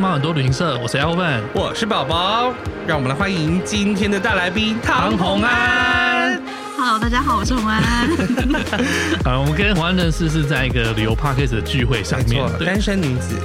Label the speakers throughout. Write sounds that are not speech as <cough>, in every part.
Speaker 1: 猫很多旅行社，我是
Speaker 2: <laughs>
Speaker 1: Elvin。
Speaker 2: 我是宝宝，让我们来欢迎今天的大来宾唐红安。
Speaker 3: Hello，大家好，我是
Speaker 2: <laughs>
Speaker 3: 洪安。
Speaker 1: 啊，我们跟黄安认识是在一个旅游 podcast 的聚会上
Speaker 2: 没
Speaker 1: 面
Speaker 2: 错，，
Speaker 1: 对
Speaker 2: 单，身女子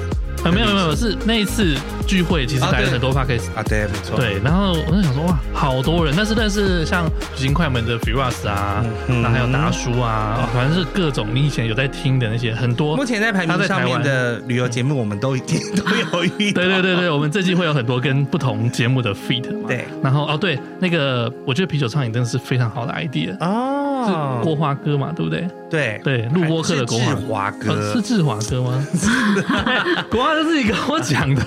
Speaker 1: 啊，没有没有没有，是那一次聚会，其实
Speaker 2: 啊
Speaker 1: 来了
Speaker 2: 对
Speaker 1: 很多 podcast，
Speaker 2: 啊，对，没错，
Speaker 1: 对，然后我就想说哇，好多人，但是但是像旅行快门的 Firas 啊，
Speaker 2: 嗯哦
Speaker 1: 那、还有达叔啊，反正是各种你以前有在听的那些很多。
Speaker 2: 目前在排
Speaker 1: 他
Speaker 2: 名
Speaker 1: 在台
Speaker 2: 上
Speaker 1: 湾
Speaker 2: 面的旅游节目，我们都已经都有遇到。
Speaker 1: 对对对对，我们这季会有很多跟不同节目的 feed 嘛。
Speaker 2: 对
Speaker 1: 然后哦对，那个我觉得啤酒畅饮真的是非常好的 idea，、是
Speaker 2: <laughs> 哦，
Speaker 1: 国华哥嘛，对不对？
Speaker 2: 对
Speaker 1: 啊对录播客的国华
Speaker 2: 是志华
Speaker 1: 呃
Speaker 2: 哥
Speaker 1: 是，志华哥
Speaker 2: <laughs>
Speaker 1: 吗？国华哥自己跟我讲的。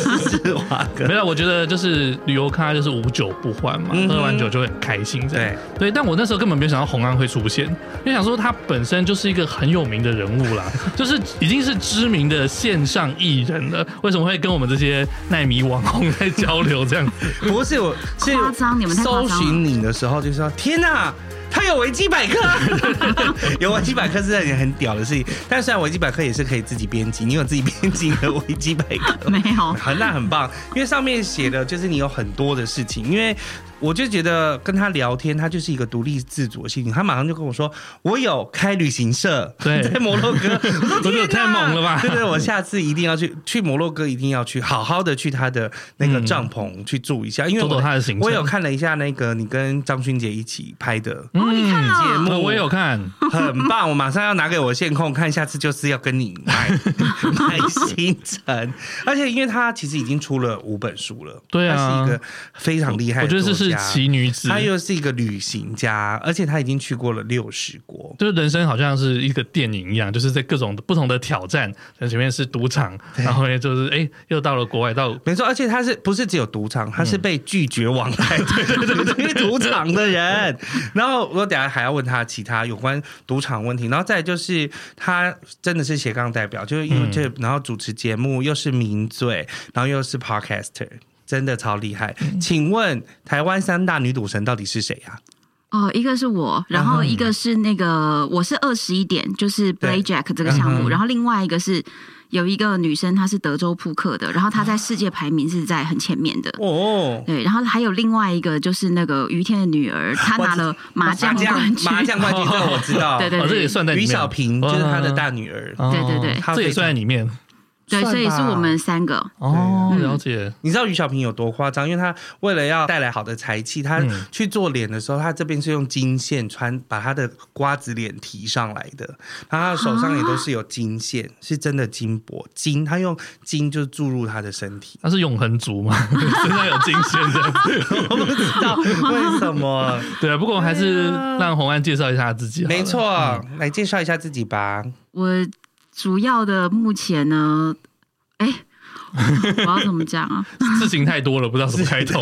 Speaker 2: 是志华
Speaker 1: <laughs>
Speaker 2: 哥
Speaker 1: 没，有，我觉得就是旅游咖就是无酒不欢嘛，
Speaker 2: 嗯哼
Speaker 1: 喝完酒就会很开心这样。
Speaker 2: 对
Speaker 1: 对，但我那时候根本没有想到洪安会出现，因为想说他本身就是一个很有名的人物
Speaker 2: <laughs>
Speaker 1: 啦，就是已经是知名的线上艺人了，为什么会跟我们这些奈米网红在交流这样子？
Speaker 2: 不是我，是
Speaker 3: 夸张你们太夸张
Speaker 2: 搜
Speaker 3: 了
Speaker 2: 寻你的时候就说天哪。他有维基百
Speaker 1: <laughs>
Speaker 2: 科，有维基百科是件很屌的事情。但虽然维基百科也是可以自己编辑，你有自己编辑的维基百科吗，
Speaker 3: 没有，
Speaker 2: <laughs> 很那很棒，因为上面写的就是你有很多的事情。因为我就觉得跟他聊天，他就是一个独立自主的事情。他马上就跟我说，我有开旅行社，
Speaker 1: 对
Speaker 2: 在摩洛哥。我说
Speaker 1: <laughs> 我觉得
Speaker 2: 天
Speaker 1: 太
Speaker 2: 哪
Speaker 1: 猛了吧
Speaker 2: 对对，我下次一定要去去摩洛哥，一定要去好好的去他的那个
Speaker 1: 嗯
Speaker 2: 帐篷去住一下，因为
Speaker 1: 走走
Speaker 2: 我
Speaker 1: 他的行程。
Speaker 2: 我有看了一下那个你跟张勋杰一起拍的
Speaker 3: 哦，你看
Speaker 2: 嗯节
Speaker 3: 了，
Speaker 2: 目，
Speaker 1: 呃我也有看， <laughs>
Speaker 2: 很棒，我马上要拿给我线控看，下次就是要跟你买 <laughs> 买行程，而且因为他其实已经出了五本书了，
Speaker 1: 对啊
Speaker 2: 他是一个非常厉害
Speaker 1: 我
Speaker 2: 的
Speaker 1: 觉
Speaker 2: 作
Speaker 1: 得
Speaker 2: 家，
Speaker 1: 这是奇女子，
Speaker 2: 他又是一个旅行家，而且他已经去过了六十国，
Speaker 1: 就是人生好像是一个电影一样，就是在各种不同的挑战，前面是赌场，然后后面就是哎、又到了国外，到
Speaker 2: 没错，而且他是不是只有赌场，他是被拒绝往来对赌场的人。 <laughs> 然后我等下还要问他其他有关赌场问题，然后再来就是他真的是斜杠代表，就是 YouTube，、然后主持节目，又是名嘴，然后又是 Podcaster。真的超厉害，请问台湾三大女赌神到底是谁啊？
Speaker 3: 哦，一个是我，然
Speaker 2: 嗯
Speaker 3: 后一个是那个我是二十一点，就是 Play Jack 这个项
Speaker 2: 嗯
Speaker 3: 目，
Speaker 2: 哼
Speaker 3: 然后另外一个是有一个女生，她是德州扑克的，然后她在世界排名是在很前面的。
Speaker 2: 哦，
Speaker 3: 对，然后还有另外一个就是那个于天的女儿，她拿了麻将冠军。
Speaker 2: 麻将冠军，这个我知道。
Speaker 3: <laughs> 对对
Speaker 1: 哦这也算在里
Speaker 2: 于
Speaker 1: 面
Speaker 2: 小平就是他的大女儿。
Speaker 1: 哦
Speaker 3: 对对对
Speaker 2: 他
Speaker 1: 这也
Speaker 2: 非常
Speaker 1: 算在里面
Speaker 3: 对，
Speaker 2: 算
Speaker 3: 所以是
Speaker 2: 吧
Speaker 3: 我们三个。
Speaker 1: 哦，
Speaker 3: 对啊
Speaker 1: 了解，
Speaker 2: 你知道于小平有多夸张？因为他为了要带来好的财气，他
Speaker 1: 嗯。
Speaker 2: 去做脸的时候，他这边是用金线穿，把他的瓜子脸提上来的，然后他手上也都是有金线，是真的金箔金，他用金就注入他的身体
Speaker 1: 他是永恒族嘛， <laughs> 身上有金线这样子。
Speaker 2: 我不知道为
Speaker 1: <laughs>
Speaker 2: 什么，
Speaker 1: 对啊，不过我们还是让红安介绍一下他自己好了。
Speaker 2: 哎没错，来介绍一下自己吧。
Speaker 3: 我主要的目前呢，哎， <laughs> 我要怎么讲啊？
Speaker 1: 事情太多了，不知道怎么开
Speaker 2: <laughs>
Speaker 1: 头。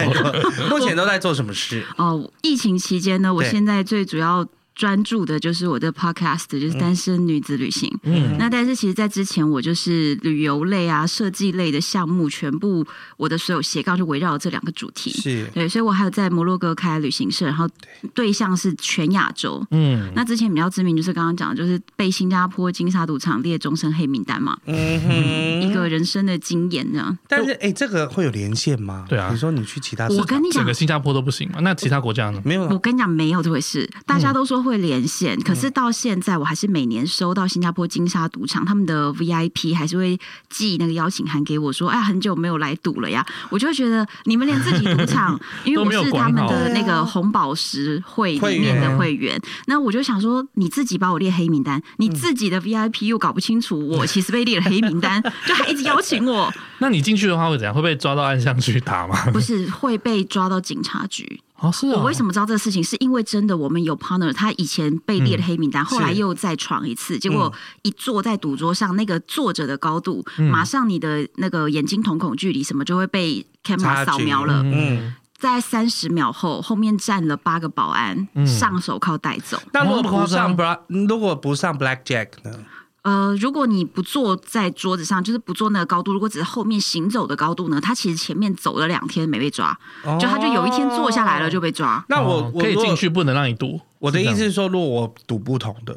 Speaker 2: 目前都在做什么事？
Speaker 3: 哦，疫情期间呢，我
Speaker 2: 对
Speaker 3: 现在最主要专注的就是我的 podcast，就是单身女子旅行。
Speaker 1: 嗯，
Speaker 3: 那但是其实，在之前我就是旅游类啊、设计类的项目，全部我的所有斜杠就围绕这两个主题。
Speaker 2: 是
Speaker 3: 对，所以我还有在摩洛哥开旅行社，然后对象是全亚洲。
Speaker 1: 嗯，
Speaker 3: 那之前比较知名就是刚刚讲，的，就是被新加坡金沙赌场列终身黑名单嘛，
Speaker 2: 嗯
Speaker 3: 一
Speaker 2: 哼，
Speaker 3: 个人生的经验呢。
Speaker 2: 但是哎、这个会有连线吗？
Speaker 1: 对啊
Speaker 2: 你说你去其他市
Speaker 3: 我
Speaker 2: 场，
Speaker 3: 跟你
Speaker 1: 整
Speaker 3: 讲
Speaker 1: 个，新加坡都不行嘛，那其他国家呢？
Speaker 2: 没有啊
Speaker 3: <laughs> 我跟你讲，没有这回事。大家都说会连线，可是到现在，我还是每年收到新加坡金沙赌场他们的 VIP，还是会寄那个邀请函给我说：“哎，很久没有来赌了呀。”我就会觉得你们连自己赌场，因为
Speaker 1: 都
Speaker 3: 我
Speaker 1: 没有
Speaker 3: 是他们
Speaker 1: 管
Speaker 2: 好
Speaker 3: 的那个红宝石会里面的会员，那我就想说，你自己把我列黑名单，你自己的 VIP 又搞不清楚我其实被列了黑名单，就还一直邀请我，
Speaker 1: 那你进去的话会怎样？会被抓到暗巷去打吗？
Speaker 3: 不是会被抓到警察局。
Speaker 1: 哦，是
Speaker 2: 嗯
Speaker 1: 啊。
Speaker 3: 我为什么知道这个事情？是因为真的，我们有 partner，他以前被
Speaker 2: 嗯
Speaker 3: 列了黑名单，后来又再闯一次，结果一坐在赌桌上，那个坐着的高度，
Speaker 2: 嗯
Speaker 3: 马上你的那个眼睛瞳孔距离什么就会被 camera
Speaker 2: 差
Speaker 3: 扫
Speaker 2: 距
Speaker 3: 描了。
Speaker 2: 嗯，
Speaker 3: 在三十秒后，后面站了八个保安，
Speaker 2: 嗯
Speaker 3: 上手铐带走。
Speaker 2: 那如果
Speaker 1: 哇
Speaker 2: 不
Speaker 3: 哦
Speaker 1: 那么
Speaker 2: 上 Bla，如果不上 Black Jack 呢？
Speaker 3: 呃，如果你不坐在桌子上，就是不坐那个高度，如果只是后面行走的高度呢，他其实前面走了两天没被抓，
Speaker 2: 哦
Speaker 3: 就他就有一天坐下来了就被抓。
Speaker 2: 那我、
Speaker 1: 哦
Speaker 2: 我
Speaker 1: 可以
Speaker 2: 如果
Speaker 1: 进去，不能让你赌。
Speaker 2: 我的意思
Speaker 1: 这样，
Speaker 2: 是说，如果我赌不同的，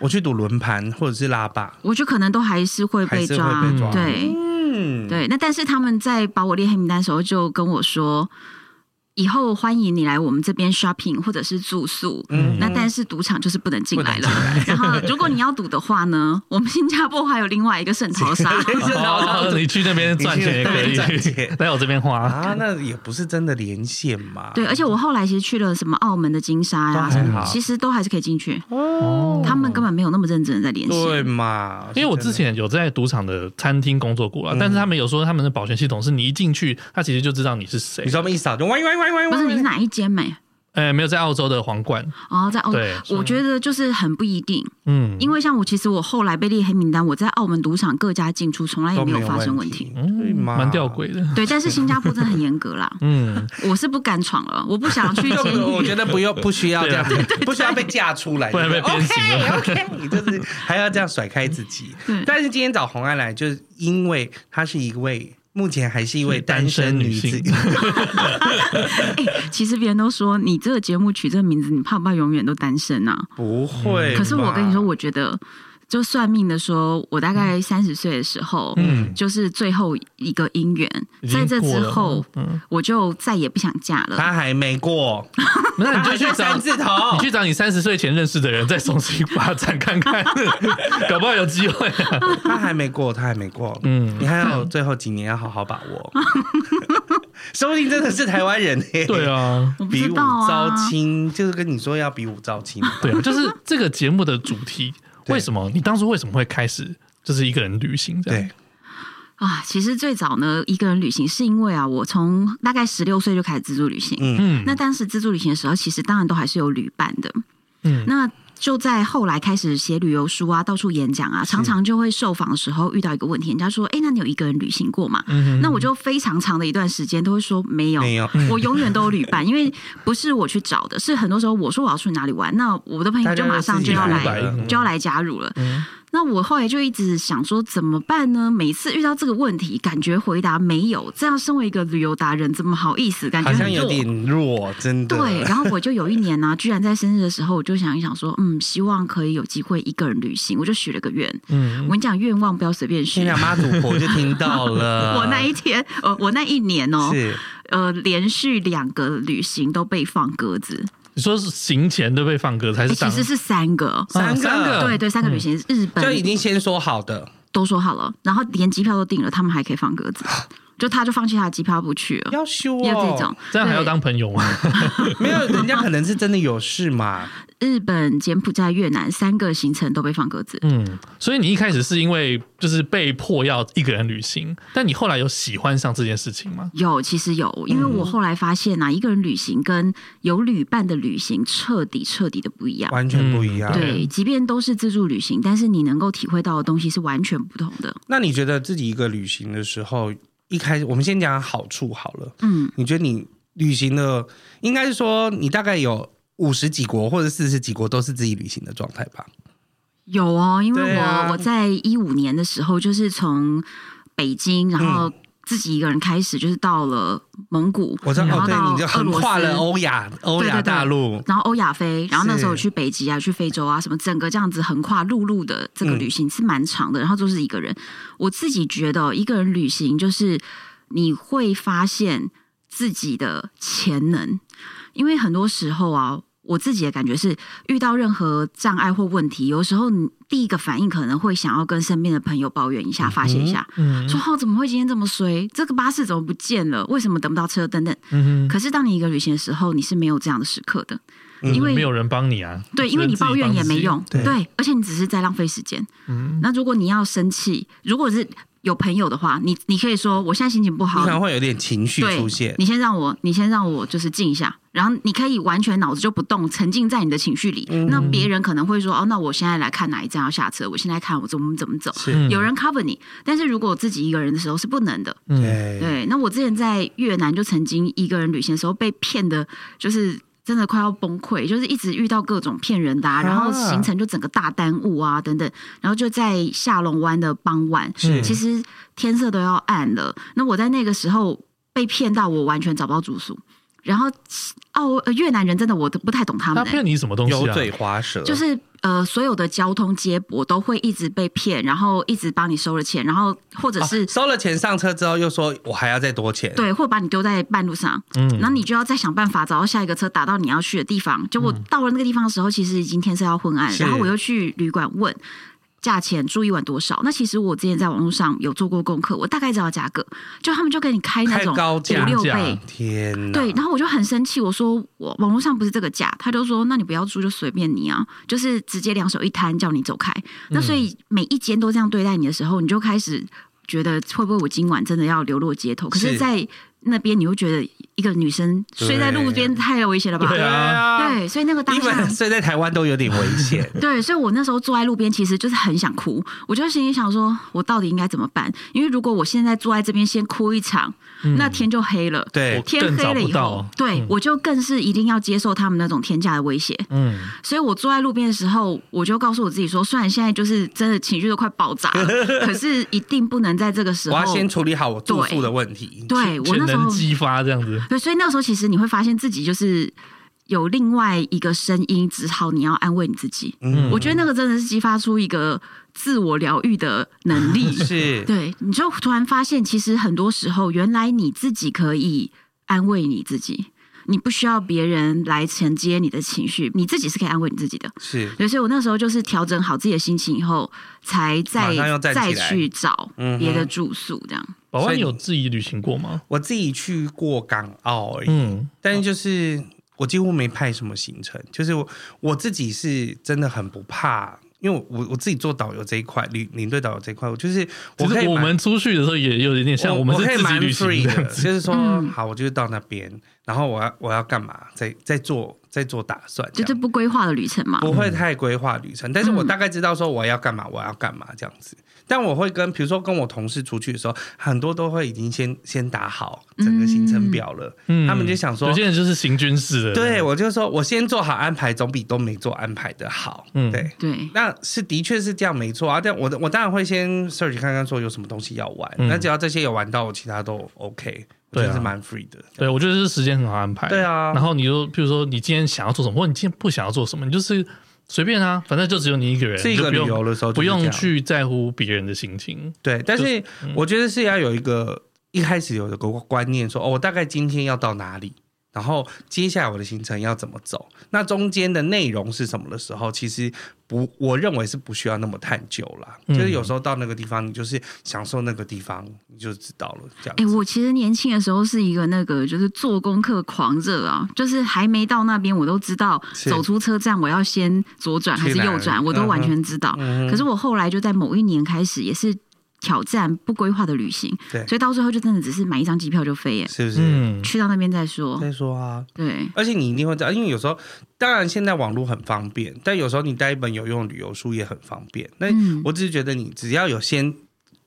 Speaker 2: 我去赌轮盘或者是拉霸，
Speaker 3: 我觉得可能都还是会
Speaker 2: 还
Speaker 3: 被
Speaker 2: 是
Speaker 3: 抓，
Speaker 2: 会被抓
Speaker 3: 对，
Speaker 2: 嗯，
Speaker 3: 对，那但是他们在把我列黑名单的时候，就跟我说，以后欢迎你来我们这边 shopping 或者是住宿。
Speaker 2: 嗯
Speaker 3: 那但是赌场就是不能进来了
Speaker 2: 不。
Speaker 3: <laughs> 然后，如果你要赌的话呢，我们新加坡还有另外一个圣淘沙，
Speaker 1: 哦 <laughs> 你去那边赚钱也可
Speaker 2: 你去那边赚
Speaker 1: 以
Speaker 2: 钱，
Speaker 1: 来我这边花。
Speaker 2: <laughs> 啊，那也不是真的连线嘛。
Speaker 3: 对，而且我后来其实去了什么澳门的金沙
Speaker 2: 都
Speaker 3: 呀、
Speaker 2: 还
Speaker 3: 什么
Speaker 2: 好，
Speaker 3: 其实都还是可以进去。
Speaker 1: 哦
Speaker 3: 他们根本没有那么认真的在联
Speaker 2: 对
Speaker 3: 系。
Speaker 2: 嘛，
Speaker 1: 因为我
Speaker 2: 是真
Speaker 1: 之
Speaker 2: 的
Speaker 1: 前有在赌场的餐厅工作
Speaker 2: 嗯
Speaker 1: 过了，但是他们有说他们的保全系统是你一进去，他其实就知道你是谁
Speaker 2: 你。说我们一扫就喂喂喂喂，
Speaker 3: 不是你是
Speaker 2: 喂
Speaker 3: 哪一间没？
Speaker 2: 嗯
Speaker 1: 哎，没有在澳洲的皇冠，
Speaker 3: 哦，在澳
Speaker 1: 对，
Speaker 3: 我觉得就是很不一定，
Speaker 1: 嗯，
Speaker 3: 因为像我，其实我后来被列黑名单，我在澳门赌场各家进出从来也
Speaker 2: 都
Speaker 3: 没
Speaker 2: 没
Speaker 3: 有发生问题。
Speaker 2: 题，对嘛，
Speaker 1: 嗯蛮吊。诡的，，
Speaker 3: <laughs> 对，但是新加坡真的很严格啦
Speaker 1: 嗯，
Speaker 2: <laughs>
Speaker 3: 我是不敢闯了，我不想
Speaker 1: <laughs> 啊
Speaker 3: 去监
Speaker 2: 就我
Speaker 3: 狱。
Speaker 2: 觉得不用不需要这样，不需要被架出来，
Speaker 1: 不然被鞭刑啊了
Speaker 2: OK，你 <laughs> 就是还要这样甩开自己。但是今天找红安来，就是因为她是一位目前还是一位单身女
Speaker 1: 单
Speaker 2: 子
Speaker 1: 身，
Speaker 3: 哎、其实别人都说你这个节目取这个名字，你怕不怕永远都单身啊？
Speaker 2: 不会吧。
Speaker 3: 可是我跟你说，我觉得就算命的说，我大概三十岁的时候，
Speaker 1: 嗯
Speaker 3: 就是最后一个姻缘，
Speaker 1: 已
Speaker 3: 在
Speaker 1: 经
Speaker 3: 这
Speaker 1: 过
Speaker 3: 之
Speaker 1: 了
Speaker 3: 后，
Speaker 1: 嗯，
Speaker 3: 我就再也不想嫁了。
Speaker 2: 她还没
Speaker 3: <laughs>
Speaker 2: 过，
Speaker 1: 那你就去找
Speaker 2: 三字头
Speaker 1: 你。去找你三十岁前认识的人，再重新发展看
Speaker 2: <laughs>
Speaker 1: 看，搞不好有机会、啊。
Speaker 2: <laughs> 他还没过，他还没过，
Speaker 1: 嗯
Speaker 2: 嗯，你还有最后几年要好好把握， <laughs> 说不定真的是台湾人呢、
Speaker 1: 对，啊，
Speaker 3: 我不
Speaker 2: 比
Speaker 3: 知
Speaker 2: 武
Speaker 3: 道啊
Speaker 2: 招，亲，就是跟你说要比武招亲，
Speaker 1: 对啊，就是这个节目的主题，
Speaker 2: 对
Speaker 1: 为什么你当初为什么会开始就是一个人旅行这样？
Speaker 2: 对，
Speaker 3: 啊，其实最早呢，一个人旅行是因为啊，我从大概十六岁就开始自助旅行。
Speaker 2: 嗯
Speaker 1: 嗯
Speaker 3: 那当时自助旅行的时候，其实当然都还是有旅伴的。
Speaker 1: 嗯
Speaker 3: 那就在后来开始写旅游书啊，到处演讲啊，常常就会受访的时候遇到一个问题，人家说：“哎、那你有一个人旅行过吗？”
Speaker 1: 嗯
Speaker 3: 那我就非常长的一段时间都会说没有，
Speaker 2: 没有，
Speaker 3: 我永远都有旅伴，因为不是我去找的，是很多时候我说我要去哪里玩，那我的朋友
Speaker 2: 大
Speaker 3: 就
Speaker 2: 家
Speaker 3: 马
Speaker 2: 都
Speaker 3: 上
Speaker 2: 自己
Speaker 3: 就要
Speaker 1: 来
Speaker 3: 来
Speaker 1: 了
Speaker 3: 就要来加入了。
Speaker 1: 嗯
Speaker 3: 那我后来就一直想说怎么办呢？每次遇到这个问题，感觉回答没有，这样身为一个旅游达人，怎么好意思？感觉
Speaker 2: 好像
Speaker 3: 很
Speaker 2: 有
Speaker 3: 弱。
Speaker 2: 点弱，真的，
Speaker 3: 对，然后我就有一年呢、 <laughs> 居然在生日的时候，我就想一想说，嗯，希望可以有机会一个人旅行，我就许了个愿。我
Speaker 1: 嗯，
Speaker 3: 跟你讲，愿望不要随便许
Speaker 2: 天。亮妈祖婆就听到了，
Speaker 3: <laughs> 我那一天，呃，我那一年哦，
Speaker 2: 啊是
Speaker 3: 呃，连续两个旅行都被放鸽子，
Speaker 1: 你说是行前都被放歌，还是
Speaker 3: 诶哦哎其
Speaker 1: 当？
Speaker 3: 实是嗯三个。
Speaker 2: 嗯三
Speaker 1: 哦三个
Speaker 2: 个，
Speaker 3: 对对，三个旅行，日
Speaker 2: 就已
Speaker 3: 本
Speaker 2: 经先说好的，
Speaker 3: 都说好了，然后连机票都订了，他们还可以放鸽子，就他就放弃他的机票不去了，
Speaker 2: 要修
Speaker 3: 也有这种
Speaker 2: 哦，，
Speaker 1: 这样还要
Speaker 3: 对
Speaker 1: 当朋友吗？
Speaker 3: <laughs>
Speaker 2: 没有人家可能是真的有事嘛，
Speaker 3: 日本、柬埔寨、越南三个行程都被放鸽子。
Speaker 1: 嗯，所以你一开始是因为就是被迫要一个人旅行，但你后来有喜欢上这件事情吗？
Speaker 3: 有，其实有，因为我后来发现啊，一个人旅行跟有旅伴的旅行彻底彻底的不一样。
Speaker 2: 完全不一样。
Speaker 1: 嗯
Speaker 3: 对，即便都是自助旅行，但是你能够体会到的东西是完全不同的。
Speaker 2: 那你觉得自己一个旅行的时候，一开始我们先讲好处好了。
Speaker 3: 嗯，
Speaker 2: 你觉得你旅行的，应该是说你大概有五十几国或者四十几国都是自己旅行的状态吧？
Speaker 3: 有哦，因为
Speaker 2: 对
Speaker 3: 我、
Speaker 2: 啊
Speaker 3: 我在一五年的时候，就是从北京，然后自己一个人开始，就是到了蒙古，
Speaker 2: 嗯我知道，
Speaker 3: 然
Speaker 2: 哦，
Speaker 3: 后
Speaker 2: 对，
Speaker 3: 到
Speaker 2: 你就
Speaker 3: 嗯俄
Speaker 2: 横
Speaker 3: 罗斯，
Speaker 2: 跨了欧亚欧亚大陆，
Speaker 3: 然后欧亚非，然后那时候
Speaker 2: 是
Speaker 3: 去北极啊，去非洲啊，什么整个这样子横跨陆路的这个
Speaker 2: 嗯
Speaker 3: 旅行是蛮长的。然后都是一个人，我自己觉得一个人旅行就是你会发现自己的潜能，因为很多时候啊。我自己的感觉是，遇到任何障碍或问题，有时候你第一个反应可能会想要跟身边的朋友抱怨一下、发泄一下，
Speaker 1: 嗯
Speaker 3: 说：“哦，怎么会今天这么衰？这个巴士怎么不见了？为什么等不到车？等等。”
Speaker 1: 嗯哼，
Speaker 3: 可是当你一个旅行的时候，你是没有这样的时刻的，
Speaker 2: 嗯
Speaker 3: 因为
Speaker 1: 没有人帮你啊，
Speaker 3: 对，因为你抱怨也没用，
Speaker 2: 对
Speaker 3: 对，而且你只是在浪费时间。
Speaker 1: 嗯
Speaker 3: 那如果你要生气，如果是有朋友的话，你你可以说我现在心情不
Speaker 2: 你
Speaker 3: 好
Speaker 2: 可，能会有点情绪
Speaker 3: 对
Speaker 2: 出现，。
Speaker 3: 你先让我，你先让我就是静一下，然后你可以完全脑子就不动，沉浸在你的情绪里。那别人可能会说，哦，那我现在来看哪一站要下车，我现在看我怎么怎么走。
Speaker 2: 是
Speaker 1: 嗯
Speaker 3: 有人 cover 你，但是如果我自己一个人的时候是不能的。
Speaker 1: 嗯，
Speaker 2: 对，
Speaker 3: 对，那我之前在越南就曾经一个人旅行的时候被骗的，就是真的快要崩溃，就是一直遇到各种骗人的、啊，然后行程就整个大耽误啊等等，然后就在下龙湾的傍晚，
Speaker 2: 是
Speaker 3: 其实天色都要暗了，那我在那个时候被骗到，我完全找不到住宿。然后澳呃越南人真的我都不太懂他
Speaker 1: 他
Speaker 3: 们、欸
Speaker 1: 骗你什么东
Speaker 2: 油
Speaker 1: 西啊？
Speaker 2: 嘴滑舌，
Speaker 3: 就是呃所有的交通接驳都会一直被骗，然后一直帮你收了钱，然后或者
Speaker 2: 啊
Speaker 3: 是、
Speaker 2: 收了钱上车之后又说我还要再多钱，
Speaker 3: 对，或把你丢在半路上，
Speaker 1: 嗯
Speaker 3: 然后你就要再想办法找到下一个车打到你要去的地方。就我到了那个地方的时候，其实已经天色要昏暗，
Speaker 2: 是
Speaker 3: 然后我又去旅馆问。价钱住一晚多少？那其实我之前在网络上有做过功课，我大概知道价格，就他们就给你开那
Speaker 2: 开
Speaker 3: 种
Speaker 2: 高价
Speaker 3: 五六
Speaker 1: 价
Speaker 3: 倍，
Speaker 2: 天哪，
Speaker 3: 对，然后我就很生气，我说我网络上不是这个价，他就说那你不要住就随便你啊，就是直接两手一摊叫你走开。那所以每一间都这样对待你的时候，你就开始觉得会不会我今晚真的要流落街头？可是，
Speaker 2: 是
Speaker 3: 在那边你又觉得一个女生睡在路边太危险了吧？
Speaker 1: 对啊
Speaker 3: 对，所以那个当
Speaker 2: 因
Speaker 3: 下。
Speaker 2: 为。睡在台湾都有点危险
Speaker 3: <laughs> 对，所以我那时候坐在路边，其实就是很想哭。我就心里想说，我到底应该怎么办？因为如果我现在坐在这边先哭一场，那天就黑了。
Speaker 2: 对
Speaker 1: 我，
Speaker 3: 天黑了
Speaker 1: 更找
Speaker 3: 以
Speaker 1: 不
Speaker 3: 后
Speaker 1: 到，
Speaker 3: 对、
Speaker 1: 嗯
Speaker 3: 我就更是一定要接受他们那种天价的威胁。
Speaker 1: 嗯，
Speaker 3: 所以我坐在路边的时候，我就告诉我自己说，虽然现在就是真的情绪都快爆炸了，可是一定不能在这个时
Speaker 2: 我
Speaker 3: 候
Speaker 2: 要。先处理好我住宿的问题。
Speaker 3: 对我
Speaker 1: 全
Speaker 3: 那时
Speaker 1: 能
Speaker 3: 候，
Speaker 1: 激发这样子。
Speaker 3: 对，所以那个时候其实你会发现自己就是有另外一个声音，只好你要安慰你自己。
Speaker 1: 嗯
Speaker 3: 我觉得那个真的是激发出一个自我疗愈的能
Speaker 1: <laughs>
Speaker 3: 力。
Speaker 2: 是，
Speaker 3: 对，你就突然发现，其实很多时候，原来你自己可以安慰你自己，你不需要别人来承接你的情绪，你自己是可以安慰你自己的。
Speaker 2: 是，
Speaker 3: 对，所以我那时候就是调整好自己的心情以后，才
Speaker 2: 马
Speaker 3: 再
Speaker 2: 上又站起来
Speaker 3: 再去找
Speaker 2: 嗯哼
Speaker 3: 别的住宿，这样。
Speaker 1: 宝
Speaker 2: 所
Speaker 1: 宝，
Speaker 2: 以
Speaker 1: 你有自己旅行过吗？
Speaker 2: 我自己去过港澳而已，
Speaker 1: 嗯，
Speaker 2: 但是就是我几乎没派什么行程，就是我我自己是真的很不怕。因为我我自己做导游这一块，领领队导游这一块，我就是我
Speaker 1: 其
Speaker 2: 可以
Speaker 1: 实我
Speaker 2: 蛮
Speaker 1: 们出去的时候也有一点像，
Speaker 2: 我
Speaker 1: 们
Speaker 2: 我
Speaker 1: 是
Speaker 2: 可以
Speaker 1: 自己
Speaker 2: 蛮
Speaker 1: 旅行
Speaker 2: free
Speaker 1: 这
Speaker 2: 的，
Speaker 1: 样子。
Speaker 2: 就是说，
Speaker 3: 嗯
Speaker 2: 好，我就是到那边，然后我要我要干嘛，再再做再做打算，这样
Speaker 3: 就是不嗯规划的旅程嘛，
Speaker 2: 不会太规划旅程，但是我大概知道说我要干嘛，我要干嘛这样子。但我会跟，比如说跟我同事出去的时候，很多都会已经先先打好整个行程表了，
Speaker 1: 嗯
Speaker 2: 他们就想说
Speaker 1: 有，些人就是行军式的，
Speaker 2: 对我就说我先做好安排，总比都没做安排的好，
Speaker 1: 嗯
Speaker 2: 对。
Speaker 3: 对，
Speaker 2: 那是的确是这样没错啊，但我我当然会先 search 看看说有什么东西要玩，
Speaker 1: 嗯
Speaker 2: 那只要这些有玩到，我其他都 OK，我
Speaker 1: 对啊
Speaker 2: 觉得是蛮 free 的。
Speaker 1: 对，我觉得是时间很好安排。
Speaker 2: 对啊
Speaker 1: 然后你就譬如说你今天想要做什么，或者你今天不想要做什么，你就是随便啊，反正就只有你一个人，
Speaker 2: 嗯是一个
Speaker 1: 你就
Speaker 2: 旅
Speaker 1: 不用
Speaker 2: 游的时候
Speaker 1: 不
Speaker 2: 就是这
Speaker 1: 用
Speaker 2: 样
Speaker 1: 去在乎别人的心情。
Speaker 2: 对，但
Speaker 1: 就是嗯
Speaker 2: 我觉得是要有一个一开始有一个观念说，哦，我大概今天要到哪里，然后接下来我的行程要怎么走，那中间的内容是什么的时候，其实不，我认为是不需要那么探究啦。
Speaker 1: 嗯
Speaker 2: 就是有时候到那个地方，你就是享受那个地方，你就知道了。这样
Speaker 3: 哎、
Speaker 2: 子，
Speaker 3: 我其实年轻的时候是一个那个就是做功课狂热啊，就是还没到那边我都知道，
Speaker 2: 是
Speaker 3: 走出车站我要先左转还是
Speaker 2: 去哪
Speaker 3: 右转，
Speaker 2: 里
Speaker 3: 我都完全知道。
Speaker 2: 嗯
Speaker 3: 可是我后来就在某一年开始，也是挑战不规划的旅行，
Speaker 2: 对
Speaker 3: 所以到最后就真的只是买一张机票就飞耶、
Speaker 2: 是不是？
Speaker 1: 嗯，
Speaker 3: 去到那边再说。
Speaker 2: 再说啊，
Speaker 3: 对，
Speaker 2: 而且你一定会知道，因为有时候，当然现在网络很方便，但有时候你带一本有用的旅游书也很方便。那
Speaker 3: 嗯
Speaker 2: 哎我只是觉得，你只要有先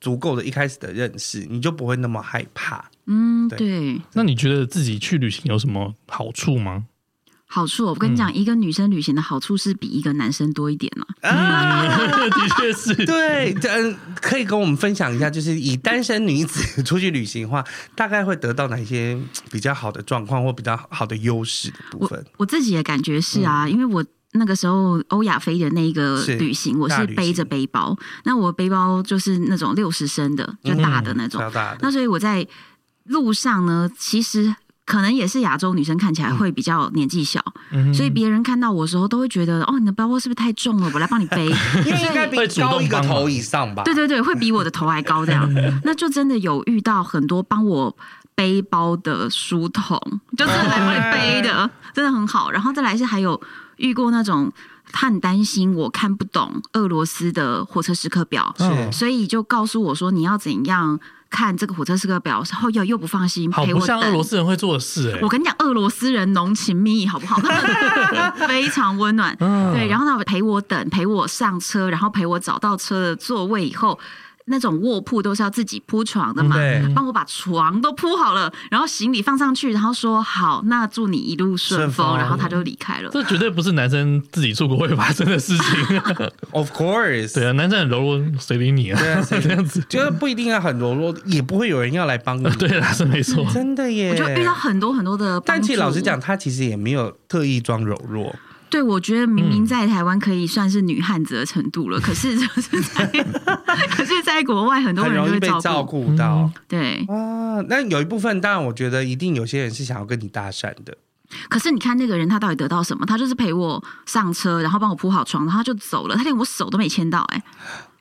Speaker 2: 足够的一开始的认识，你就不会那么害怕。
Speaker 3: 嗯，
Speaker 2: 对
Speaker 3: 对，
Speaker 1: 那你觉得自己去旅行有什么好处吗？
Speaker 3: 好处我跟
Speaker 2: 嗯
Speaker 3: 你讲，一个女生旅行的好处是比一个男生多一点了、哦
Speaker 1: 嗯，的确是。
Speaker 2: 啊对，嗯，可以跟我们分享一下，就是以单身女子出去旅行的话，大概会得到哪些比较好的状况或比较好的优势的部
Speaker 3: 我
Speaker 2: 分？
Speaker 3: 我自己的感觉是啊，因为我那个时候欧亚非的那一个
Speaker 2: 是
Speaker 3: 旅行，我是背着背包，那我背包就是那种六十升的，就大的那种。
Speaker 2: 超大的
Speaker 3: 那所以我在路上呢，其实。可能也是亚洲女生看起来会比较年纪小，
Speaker 1: 嗯
Speaker 3: 所以别人看到我的时候都会觉得，哦，你的包包是不是太重了？我来帮你背。
Speaker 2: 因为应该
Speaker 1: 会
Speaker 2: 比
Speaker 1: 主
Speaker 2: 高
Speaker 1: 动
Speaker 2: 一个
Speaker 1: 帮忙
Speaker 2: 头以上吧？
Speaker 3: 对对对，会比我的头还高这样。那就真的有遇到很多帮我背包的书 <laughs> 童，就是来帮你背的，嗯真的很好。然后再来是还有遇过那种他很担心我看不懂俄罗斯的火车时刻表，
Speaker 1: 嗯
Speaker 3: 所以就告诉我说你要怎样看这个火车时刻表，然后又又不放心
Speaker 1: 好
Speaker 3: 陪
Speaker 1: 不
Speaker 3: 我
Speaker 1: 像俄罗
Speaker 3: 等。
Speaker 1: 斯人会做的事哎、
Speaker 3: 我跟你讲，俄罗斯人浓情蜜意，好不好？ <laughs> 他们非常温暖。
Speaker 1: 嗯
Speaker 3: 对，然后他陪我等，陪我上车，然后陪我找到车的座位以后，那种卧铺都是要自己铺床的嘛
Speaker 2: 嗯对，
Speaker 3: 帮我把床都铺好了，然后行李放上去，然后说好，那祝你一路顺
Speaker 2: 顺风
Speaker 3: 风，然后他就离开了。
Speaker 1: 这绝对不是男生自己出国会发生的事
Speaker 2: <laughs>
Speaker 1: 情。
Speaker 2: Of course，
Speaker 1: 对啊，男生很柔弱，随便你啊，
Speaker 2: 对啊，
Speaker 1: 这样子。
Speaker 2: 就是不一定要很柔弱，也不会有人要来帮你。
Speaker 1: <laughs> 对啦，是没
Speaker 2: <laughs>
Speaker 1: 错。 <laughs>
Speaker 2: 真的耶。
Speaker 3: 我就遇到很多很多的帮
Speaker 2: 但
Speaker 3: 助，
Speaker 2: 其实老实讲，他其实也没有特意装柔弱，
Speaker 3: 对我觉得明明在台湾可以算是女汉子的程度了，可是就是在， <laughs> 可是在国外很多
Speaker 2: 很
Speaker 3: 人
Speaker 2: 容
Speaker 3: 就
Speaker 2: 易
Speaker 3: 会
Speaker 2: 被照
Speaker 3: 照顾，嗯
Speaker 2: 顾到
Speaker 3: 对。
Speaker 2: 啊。那有一部分，当然我觉得一定有些人是想要跟你搭讪的，
Speaker 3: 可是你看那个人他到底得到什么？他就是陪我上车，然后帮我铺好床，然后他就走了，他连我手都没牵到、哎，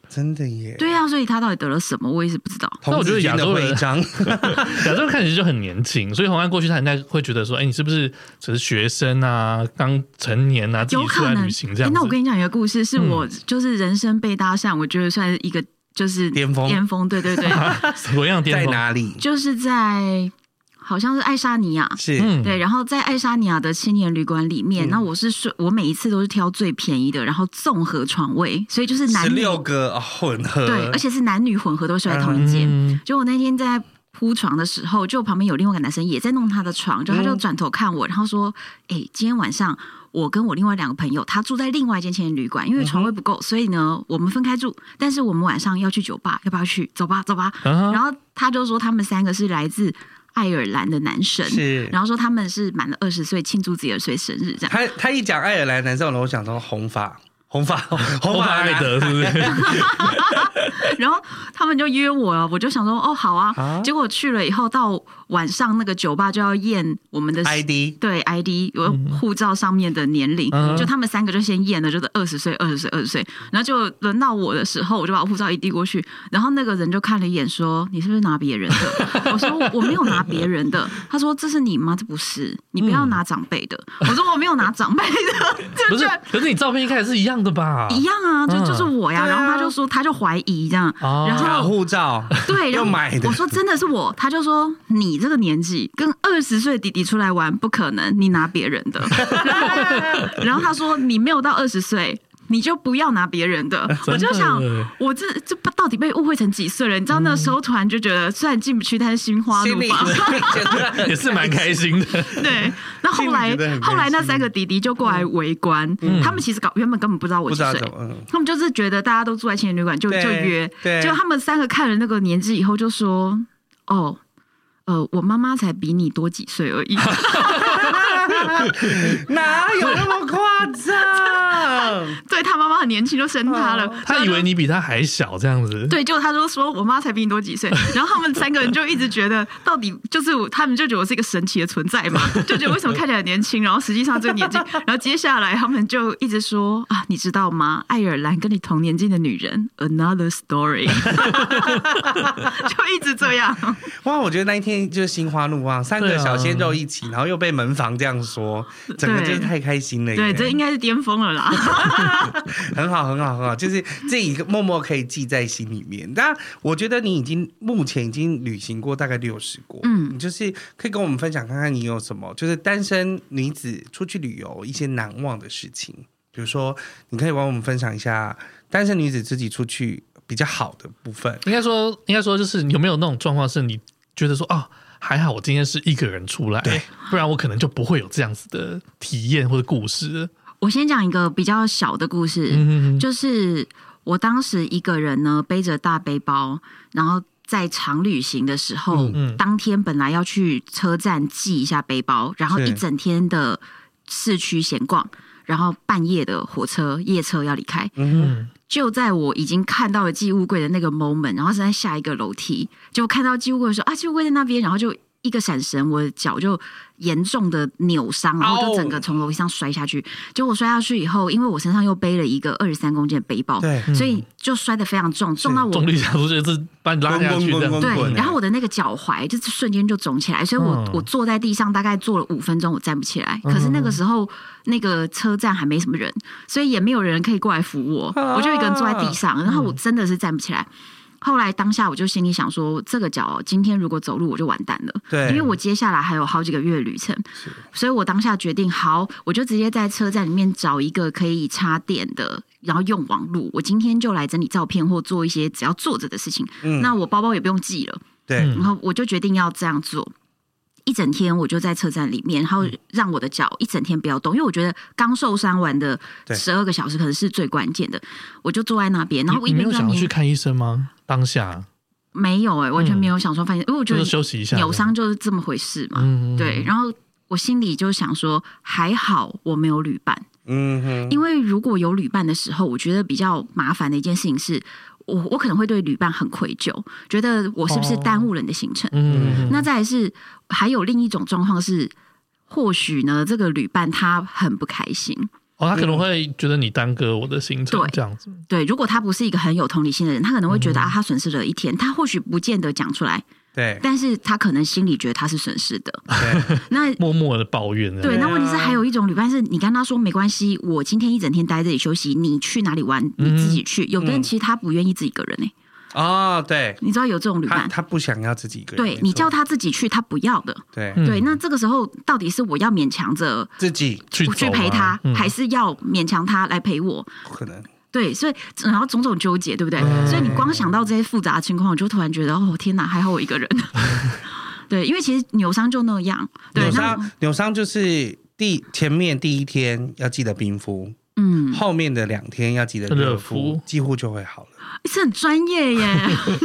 Speaker 2: 真的耶。
Speaker 3: 对啊，所以他到底得了什么，我也是不知道。
Speaker 1: 那我觉得亚洲人
Speaker 2: 徽章，
Speaker 3: <laughs>
Speaker 1: <laughs> 亚洲人看起来就很年轻，所以红安过去他应该会觉得说，哎、你是不是只是学生啊，刚成年啊，自己
Speaker 3: 有
Speaker 1: 出
Speaker 3: 可
Speaker 1: 来
Speaker 3: 能。
Speaker 1: 旅行这样
Speaker 3: 诶
Speaker 1: 子？
Speaker 3: 那我跟你讲一个故事，是
Speaker 1: 嗯
Speaker 3: 我就是人生被搭讪，我觉得算是一个就是
Speaker 2: 巅峰
Speaker 3: 巅峰，对对对，
Speaker 1: 啊什么样的
Speaker 2: 在
Speaker 1: 巅峰？
Speaker 2: 哪里？
Speaker 3: 就是在好像是爱沙尼亚。
Speaker 2: 是，
Speaker 1: 嗯，
Speaker 3: 对，然后在爱沙尼亚的青年旅馆里面，那我是睡，我每一次都是挑最便宜的，然后综合床位，所以就是
Speaker 2: 十
Speaker 3: 男女
Speaker 2: 六个哦混合，
Speaker 3: 对，而且是男女混合都睡在同一间。
Speaker 1: 嗯，
Speaker 3: 就我那天在铺床的时候，就旁边有另外一个男生也在弄他的床，就他就转头看我，然后说：“哎、今天晚上我跟我另外两个朋友，他住在另外一间青年旅馆，因为床位不够，所以呢我们分开住，但是我们晚上要去酒吧，要不要去？走吧，走吧。
Speaker 2: 嗯
Speaker 1: 啊
Speaker 3: 然后他就说他们三个是来自爱尔兰的男生，
Speaker 2: 是
Speaker 3: 然后说他们是满了二十岁庆祝自己的岁生日这样。
Speaker 2: 他他一讲爱尔兰男生，我想说红发，红
Speaker 3: <laughs>
Speaker 2: 发，红
Speaker 1: 欧巴
Speaker 2: 发
Speaker 1: 艾
Speaker 2: 男
Speaker 1: <laughs> 德是不是？
Speaker 3: 然后他们就约我了，我就想说哦好啊，
Speaker 2: 啊
Speaker 3: 结果去了以后到晚上那个酒吧就要验我们的
Speaker 2: ID
Speaker 3: 对 ID 我护照上面的年龄，
Speaker 1: 嗯
Speaker 3: 就他们三个就先验了，就是二十岁、二十岁、二十岁，然后就轮到我的时候，我就把护照一递过去，然后那个人就看了一眼说：“你是不是拿别
Speaker 1: <laughs>
Speaker 3: 人的？”我说：“我没有拿别人的。”他说：“这是你吗？这不是，你不要拿长辈的。我说：“我没有拿长辈的，
Speaker 1: 嗯
Speaker 3: <laughs>
Speaker 1: 不
Speaker 3: 就是觉得，
Speaker 1: 可是啊你照片一开始是一样的吧？
Speaker 3: 一样啊，就就是我
Speaker 2: 嗯对
Speaker 3: 呀。
Speaker 2: 啊
Speaker 3: 然后他就说，他就怀疑这样，
Speaker 1: 哦
Speaker 3: 然
Speaker 2: 假
Speaker 3: 后
Speaker 2: 护照，
Speaker 3: 对，然
Speaker 2: 又
Speaker 3: 后
Speaker 2: 买的
Speaker 3: 我说真的是我，他就说你这个年纪跟二十岁弟弟出来玩不可能，你拿别人
Speaker 2: <laughs>
Speaker 3: 的。然后他说你没有到二十岁。你就不要拿别人
Speaker 2: <laughs>
Speaker 3: 的，我就想，我这这到底被误会成几岁了？你知道那时候突然就觉得，虽然进不去，但是心花怒
Speaker 2: 心里
Speaker 3: <laughs> 放。
Speaker 2: 觉
Speaker 3: <laughs>
Speaker 2: 得
Speaker 1: 也是蛮开心 <laughs> 的。
Speaker 3: 对，那后
Speaker 2: 心里
Speaker 3: 来
Speaker 2: 觉得很开心嗯
Speaker 3: 后来那三个弟弟就过来围观，他们其实搞原本根本不知道我
Speaker 2: 不
Speaker 3: 是
Speaker 2: 知道
Speaker 3: 谁
Speaker 2: 怎，么，嗯
Speaker 3: 他们就是觉得大家都住在青年旅馆，就就
Speaker 2: 对
Speaker 3: 约。
Speaker 2: 对
Speaker 3: 就他们三个看了那个年纪以后，就说：“哦，呃，我妈妈才比你多几岁
Speaker 2: <laughs>
Speaker 3: 而已。 <laughs>
Speaker 2: 哪有那么夸张？
Speaker 3: 对他妈妈很年轻就生他
Speaker 2: 哦
Speaker 3: 了，
Speaker 1: 他以为你比他还小，这样子。
Speaker 3: 对，就他就说我妈才比你多几岁。然后他们三个人就一直觉得，到底就是我他们就觉得我是一个神奇的存在
Speaker 2: <laughs>
Speaker 3: 嘛，就觉得为什么看起来很年轻，然后实际上这个年纪。然后接下来他们就一直说啊，你知道吗？爱尔兰跟你同年纪的女人，another story，就一直这样。
Speaker 2: 哇，我觉得那一天就是心花怒放，三
Speaker 1: 对
Speaker 2: 个
Speaker 1: 啊
Speaker 2: 小鲜肉一起，然后又被门房这样说，整个就是太开心了耶。
Speaker 3: 对，这应该是巅峰了啦。
Speaker 2: 很好，很好，很好，就是这一个默默可以记在心里面。但我觉得你已经目前已经旅行过大概六十国，
Speaker 3: 嗯
Speaker 2: 你就是可以跟我们分享看看你有什么，就是单身女子出去旅游一些难忘的事情，比如说你可以帮我们分享一下单身女子自己出去比较好的部分。
Speaker 1: 应该说，应该说，就是有没有那种状况是你觉得说，哦，还好我今天是一个人出来，不然我可能就不会有这样子的体验或者故事。
Speaker 3: <laughs> 我先讲一个比较小的故事，
Speaker 1: 嗯，
Speaker 3: 就是我当时一个人呢背着大背包，然后在长旅行的时候，
Speaker 1: 嗯
Speaker 3: 当天本来要去车站寄一下背包，然后
Speaker 2: 是
Speaker 3: 一整天的市区闲逛，然后半夜的火车夜车要离开，
Speaker 2: 嗯
Speaker 1: 嗯，
Speaker 3: 就在我已经看到了寄物柜的那个 moment，然后是在下一个楼梯，就看到寄物柜的时候啊，寄物柜在那边，然后就一个闪神，我的脚就严重的扭伤，然后就整个从楼梯上摔下去。结果我摔下去以后，因为我身上又背了一个二十三公斤的背包
Speaker 2: 哼，，对，
Speaker 3: 所以就摔得非常重，嗯重到我
Speaker 1: 重力假如就是把你拉下去这样，
Speaker 2: 滚滚
Speaker 3: 对，
Speaker 2: 欸
Speaker 3: 然后我的那个脚踝就是瞬间就肿起来，所以我、
Speaker 1: 嗯
Speaker 3: 我坐在地上大概坐了五分钟，我站不起来。可是那个时候那个车站还没什么人，所以也没有人可以过来扶我，
Speaker 2: 啊
Speaker 3: 我就一个人坐在地上，然后我真的是站不起来。后来当下我就心里想说，这个脚今天如果走路我就完蛋了，
Speaker 2: 对
Speaker 3: 因为我接下来还有好几个月的旅程，所以我当下决定，好，我就直接在车站里面找一个可以插电的然后用网络，我今天就来整理照片或做一些只要坐着的事情，
Speaker 2: 嗯
Speaker 3: 那我包包也不用寄了，
Speaker 2: 对，
Speaker 1: 嗯
Speaker 3: 然后我就决定要这样做。一整天我就在车站里面，
Speaker 1: 嗯
Speaker 3: 然后让我的脚一整天不要动，因为我觉得刚受伤完的
Speaker 2: 对
Speaker 3: 十二个小时可能是最关键的。我就坐在那边，然后我
Speaker 1: 你
Speaker 3: 一
Speaker 1: 你没
Speaker 3: 边
Speaker 1: 有
Speaker 3: 在那
Speaker 1: 想要去
Speaker 3: 边
Speaker 1: 看医生吗？当下
Speaker 3: 没有哎、完全没有想说反正，因为我觉
Speaker 1: 就
Speaker 3: 得
Speaker 1: 是休息一下，
Speaker 3: 扭伤就是这么回事嘛。
Speaker 1: 嗯，嗯，嗯
Speaker 3: 对，，然后我心里就想说，还好我没有旅伴，
Speaker 2: 嗯哼，
Speaker 3: 因为如果有旅伴的时候，我觉得比较麻烦的一件事情是，我我可能会对旅伴很愧疚，觉得我是不是
Speaker 1: 哦
Speaker 3: 耽误了你的行程？
Speaker 1: 嗯，嗯
Speaker 3: 那再来是还有另一种状况是，或许呢这个旅伴他很不开心，
Speaker 1: 哦，他可能会觉得你耽搁我的行程
Speaker 3: 嗯对，
Speaker 1: 这样子，
Speaker 3: 对，如果他不是一个很有同理心的人，他可能会
Speaker 2: 嗯
Speaker 3: 觉得、啊他损失了一天，他或许不见得讲出来，
Speaker 2: 对
Speaker 3: 但是他可能心里觉得他是损失
Speaker 2: <laughs>
Speaker 3: 的。 <laughs>
Speaker 2: 对，啊
Speaker 3: 那
Speaker 1: 默默的抱怨这样，
Speaker 3: 对，那
Speaker 2: 对啊
Speaker 3: 问题是还有一种旅伴是，你跟他说没关系，我今天一整天待在这里休息，你去哪里玩你自
Speaker 2: 嗯
Speaker 3: 己去。有的人其实他不愿意自己一个人呢、
Speaker 2: 哦，对
Speaker 3: 你知道有这种旅
Speaker 2: 他
Speaker 3: 伴，
Speaker 2: 他不想要自己一个人，
Speaker 3: 对
Speaker 2: 没
Speaker 3: 你
Speaker 2: 错
Speaker 3: 叫他自己去，他不要的。
Speaker 2: 对
Speaker 1: 嗯
Speaker 3: 对，那这个时候到底是我要勉强着
Speaker 2: 自己
Speaker 1: 去
Speaker 3: 我去
Speaker 1: 走
Speaker 3: 陪
Speaker 1: 啊
Speaker 3: 他，
Speaker 1: 嗯
Speaker 3: 还是要勉强他来陪我？
Speaker 2: 不可能，
Speaker 3: 对，所以然后种种纠结，对不对？
Speaker 1: 嗯
Speaker 3: 所以你光想到这些复杂的情况，我就突然觉得，哦，天哪，还好我一个人。对，因为其实扭伤就那样，对，
Speaker 2: 扭
Speaker 3: 那
Speaker 2: 伤扭伤就是第前面第一天要记得冰敷，
Speaker 3: 嗯，
Speaker 2: 后面的两天要记得
Speaker 1: 热
Speaker 2: 热
Speaker 1: 敷
Speaker 2: 敷，几乎就会好了。
Speaker 3: 是很专业耶。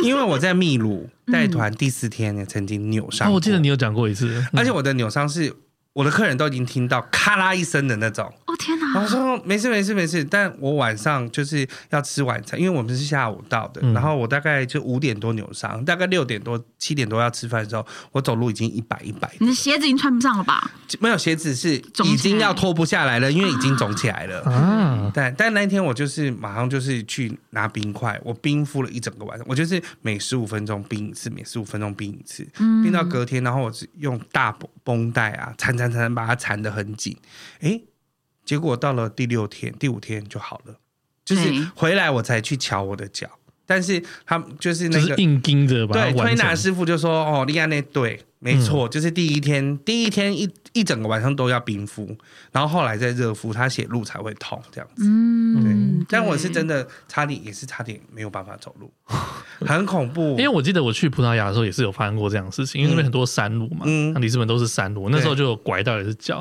Speaker 2: 因为我在秘
Speaker 3: <laughs>
Speaker 2: 鲁
Speaker 3: 嗯
Speaker 2: 带团第四天也曾经扭伤
Speaker 1: 哦，
Speaker 2: 过，
Speaker 1: 我记得你有讲过一次，嗯
Speaker 2: 而且我的扭伤是我的客人都已经听到咔啦一声的那种。
Speaker 3: 哦，天哪
Speaker 2: 然！后说没事没事没事，但我晚上就是要吃晚餐，因为我们是下午到的，
Speaker 1: 嗯
Speaker 2: 然后我大概就五点多扭伤，大概六点多七点多要吃饭的时候，我走路已经一摆一摆，
Speaker 3: 你的鞋子已经穿不上了吧？
Speaker 2: 没有鞋子是
Speaker 3: 肿起来
Speaker 2: 已经要脱不下来了，因为已经肿起来
Speaker 3: 嗯
Speaker 2: 了。
Speaker 1: 啊，
Speaker 2: 但但那一天我就是马上就是去拿冰块，我冰敷了一整个晚上，我就是每十五分钟冰一次，每十五分钟冰一次，
Speaker 3: 嗯
Speaker 2: 冰到隔天，然后我是用大绷绷带啊缠缠缠把它缠得很紧，诶，结果到了第六天、第五天就好了，就是
Speaker 3: 对
Speaker 2: 回来我才去瞧我的脚，但是他们就
Speaker 1: 就
Speaker 2: 是那
Speaker 1: 是
Speaker 2: 个
Speaker 1: 硬盯着把
Speaker 2: 对
Speaker 1: 它
Speaker 2: 推
Speaker 1: 完
Speaker 2: 拿
Speaker 1: 成，嗯
Speaker 2: 师傅就说哦，利安那对，没错，就是第一天第一天一一整个晚上都要冰敷，然后后来再热敷，他写路才会痛这样子。
Speaker 3: 嗯，
Speaker 2: 但我是真
Speaker 3: 的，
Speaker 2: 的差点，也是差点没有办法走路，很恐怖
Speaker 1: 因。为我记得我去葡萄牙的时候也是有发生过这样的事情，因为那边很多山路嘛，
Speaker 2: 嗯
Speaker 1: 那里斯本都是山路，那时候就有拐到也是脚，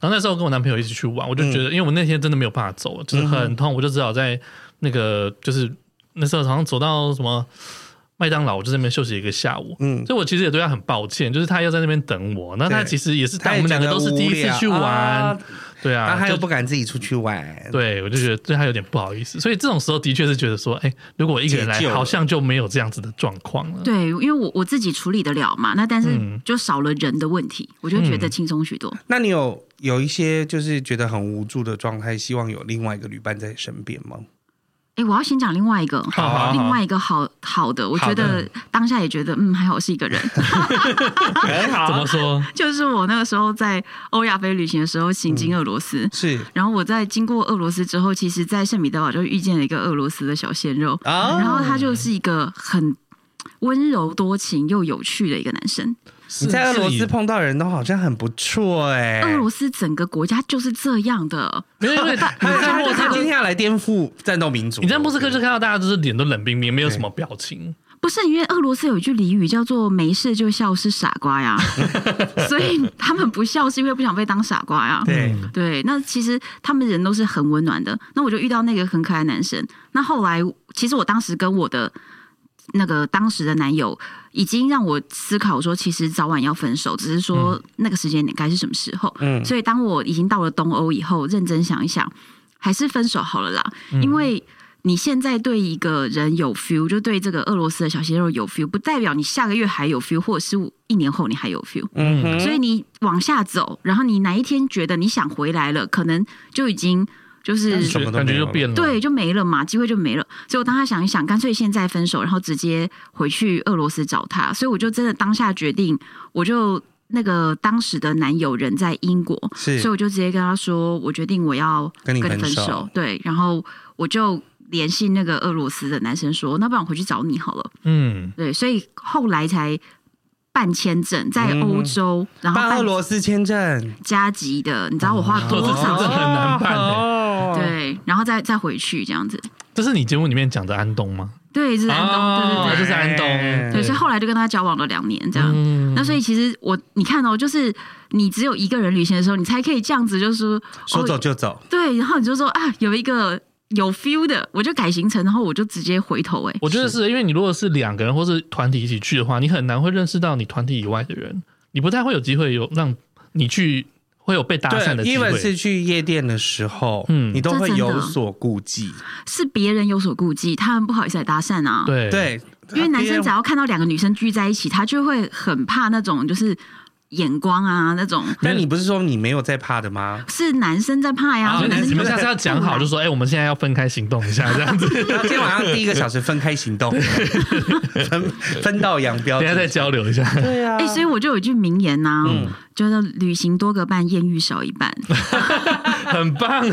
Speaker 1: 然后那时候跟我男朋友一起去玩，我
Speaker 2: 嗯
Speaker 1: 就觉得，因为我那天真的没有办法走，就是很痛，我就只好在那个就是那时候好像走到什么麦当劳，我就在那边休息一个下午。
Speaker 2: 嗯，
Speaker 1: 所以我其实也对他很抱歉，就是他要在那边等我，那他
Speaker 2: 对
Speaker 1: 其实也是
Speaker 2: 他
Speaker 1: 带
Speaker 2: 也
Speaker 1: 我们
Speaker 2: 觉
Speaker 1: 两个
Speaker 2: 得
Speaker 1: 都是第一
Speaker 2: 无
Speaker 1: 次
Speaker 2: 聊
Speaker 1: 去玩，
Speaker 2: 啊
Speaker 1: 对
Speaker 2: 然
Speaker 1: 啊，
Speaker 2: 后他又
Speaker 1: 就
Speaker 2: 不敢自己出去玩，
Speaker 1: 对，我就觉得对他有点不好意思，所以这种时候的确是觉得说，哎、如果我一个人来
Speaker 2: 解救，了
Speaker 1: 好像就没有这样子的状况了。
Speaker 3: 对，因为我我自己处理得了嘛，那但是
Speaker 1: 嗯
Speaker 3: 就少了人的问题，我就觉得轻松许多。
Speaker 2: 那你有有一些就是觉得很无助的状态，希望有另外一个旅伴在身边吗？
Speaker 3: 哎，我要先讲另外一个。
Speaker 1: 好好好
Speaker 3: 另外一个好好的，我觉
Speaker 2: 好
Speaker 3: 得
Speaker 2: 的
Speaker 3: 当下也觉得，嗯，还好我是一个人。
Speaker 2: 很
Speaker 1: 怎么，说？
Speaker 3: 就是我那个时候在欧亚非旅行的时候，行
Speaker 2: 嗯
Speaker 3: 经俄罗斯，
Speaker 2: 是
Speaker 3: 然后我在经过俄罗斯之后，其实，在圣彼得堡就遇见了一个俄罗斯的小鲜肉，
Speaker 2: 啊，
Speaker 3: 然后他就是一个很温柔多情又有趣的一个男生。
Speaker 1: 是
Speaker 2: 你在俄罗
Speaker 1: 是以
Speaker 2: 斯碰到人都好像很不错哎、
Speaker 3: 俄罗斯整个国家就是这样的，
Speaker 1: 没有，因为你
Speaker 2: 他
Speaker 1: 在
Speaker 2: 他
Speaker 1: 莫斯
Speaker 2: 他今
Speaker 1: 科，
Speaker 2: 天要来颠覆战斗民族，
Speaker 1: 你在莫斯科就
Speaker 2: 对
Speaker 1: 看到大家就是脸都冷冰冰，没有什么表情。
Speaker 3: 不是因为俄罗斯有一句俚语叫做“没事就笑是傻瓜
Speaker 2: <laughs>
Speaker 3: 呀”，所以他们不笑是因为不想被当傻瓜呀。
Speaker 2: 对
Speaker 1: 嗯
Speaker 3: 对，那其实他们人都是很温暖的。那我就遇到那个很可爱的男生。那后来，其实我当时跟我的那个当时的男友，已经让我思考说，其实早晚要分手，只是说那个时间点该是什么时候。
Speaker 2: 嗯
Speaker 3: 所以当我已经到了东欧以后，认真想一想，还是分手好了啦，
Speaker 2: 嗯
Speaker 3: 因为。你现在对一个人有 feel，就对这个俄罗斯的小鲜肉有 feel，不代表你下个月还有 feel，或者是一年后你还有 feel。
Speaker 2: 嗯哼
Speaker 3: 所以你往下走，然后你哪一天觉得你想回来了，可能就已经就是
Speaker 2: 但是什么都
Speaker 1: 感觉
Speaker 2: 没有
Speaker 1: 就
Speaker 2: 了
Speaker 1: 变了。
Speaker 3: 对，就没了嘛，机会就没了。所以我当他想一想，干脆现在分手，然后直接回去俄罗斯找他。所以我就真的当下决定，我就那个当时的男友人在英国，所以
Speaker 2: 是
Speaker 3: 我就直接跟他说，我决定我要
Speaker 2: 跟你
Speaker 3: 跟你
Speaker 2: 分
Speaker 3: 分手
Speaker 2: 手。，
Speaker 3: 对，然后我就联系那个俄罗斯的男生说，那不然我回去找你好了。
Speaker 1: 嗯，
Speaker 3: 对，所以后来才。办签证在欧洲，然后
Speaker 2: 办
Speaker 3: 办
Speaker 2: 俄罗斯签证，
Speaker 3: 加急的，你知道我花多
Speaker 1: 俄
Speaker 2: <laughs>
Speaker 1: 罗斯
Speaker 3: 少
Speaker 1: 真的很难办欸
Speaker 2: 哦哦，
Speaker 3: 对，然后再再回去这样子。
Speaker 1: 这是你节目里面讲的安东吗？
Speaker 3: 对，这是安东，
Speaker 1: 哦这
Speaker 3: 对对
Speaker 1: 是
Speaker 3: 对，
Speaker 1: 安
Speaker 2: 哎
Speaker 1: 东，
Speaker 3: 对，所以后来就跟他交往了两年这样。
Speaker 1: 嗯
Speaker 3: 那所以其实我，你看哦，就是你只有一个人旅行的时候，你才可以这样子，就是说
Speaker 2: 说走
Speaker 3: 哦、
Speaker 2: 就走。
Speaker 3: 对，然后你就说啊，有一个有 feel 的，我就改行程，然后我就直接回头、哎，
Speaker 1: 我觉得是因为你如果是两个人或是团体一起去的话，你很难会认识到你团体以外的人，你不太会有机会有让你去会有被搭讪的
Speaker 2: 对，
Speaker 1: 机
Speaker 2: 因为
Speaker 1: 会。
Speaker 2: 是去夜店的时候，
Speaker 1: 嗯
Speaker 2: 你都会
Speaker 3: 这真的
Speaker 2: 有所顾忌。
Speaker 3: 是别人有所顾忌，他们不好意思来搭讪啊。，
Speaker 1: 对，
Speaker 2: 对，
Speaker 3: 因为男生只
Speaker 2: 讲
Speaker 3: 要看到两个女生聚在一起，他就会很怕那种就是眼光啊
Speaker 1: <laughs>
Speaker 3: 那种。
Speaker 2: 但你不是说你没有在怕的吗？
Speaker 3: 是男生在怕呀，
Speaker 1: 啊，
Speaker 3: 男生
Speaker 1: 你
Speaker 3: 就
Speaker 1: 们下次要讲好，就说哎、我们现在要分开行动一下，这样子，
Speaker 2: 然后今天晚上第一个小时分开
Speaker 1: <laughs>
Speaker 2: 行动，分分道扬镳。
Speaker 1: 等一下再交流一
Speaker 2: <laughs>
Speaker 1: 下。
Speaker 2: 对啊
Speaker 3: 哎、所以我就有一句名言呐、
Speaker 2: 嗯
Speaker 3: 就是旅行多个伴，艳遇少
Speaker 1: <laughs>
Speaker 3: 一半。
Speaker 1: 很棒、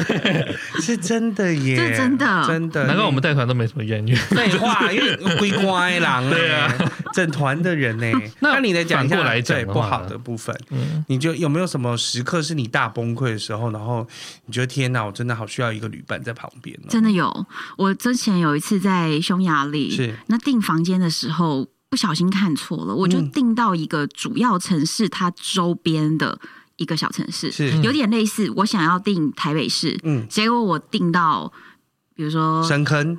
Speaker 2: 是真的耶，
Speaker 3: 这真的
Speaker 2: 真的。
Speaker 1: 难怪我们带团都没什么艳遇。
Speaker 2: 废
Speaker 1: <laughs>
Speaker 2: 话，因为龟乖狼对啊，整团的人呢。
Speaker 1: <laughs> 那
Speaker 2: 那你再讲一下
Speaker 1: 反过来讲
Speaker 2: 对
Speaker 1: 的话
Speaker 2: 不好的部分，
Speaker 1: 嗯，
Speaker 2: 你就有没有什么时刻是你大崩溃的时候，然后你觉得天哪，我真的好需要一个旅伴在旁边哦。
Speaker 3: 真的有，我之前有一次在匈牙利，
Speaker 2: 是
Speaker 3: 那订房间的时候不小心看错了，我就
Speaker 2: 嗯
Speaker 3: 订到一个主要城市它周边的一个小城市，
Speaker 2: 是，
Speaker 3: 有点类似我想要订台北市，
Speaker 2: 嗯，
Speaker 3: 结果我订到。比如说，
Speaker 2: 深坑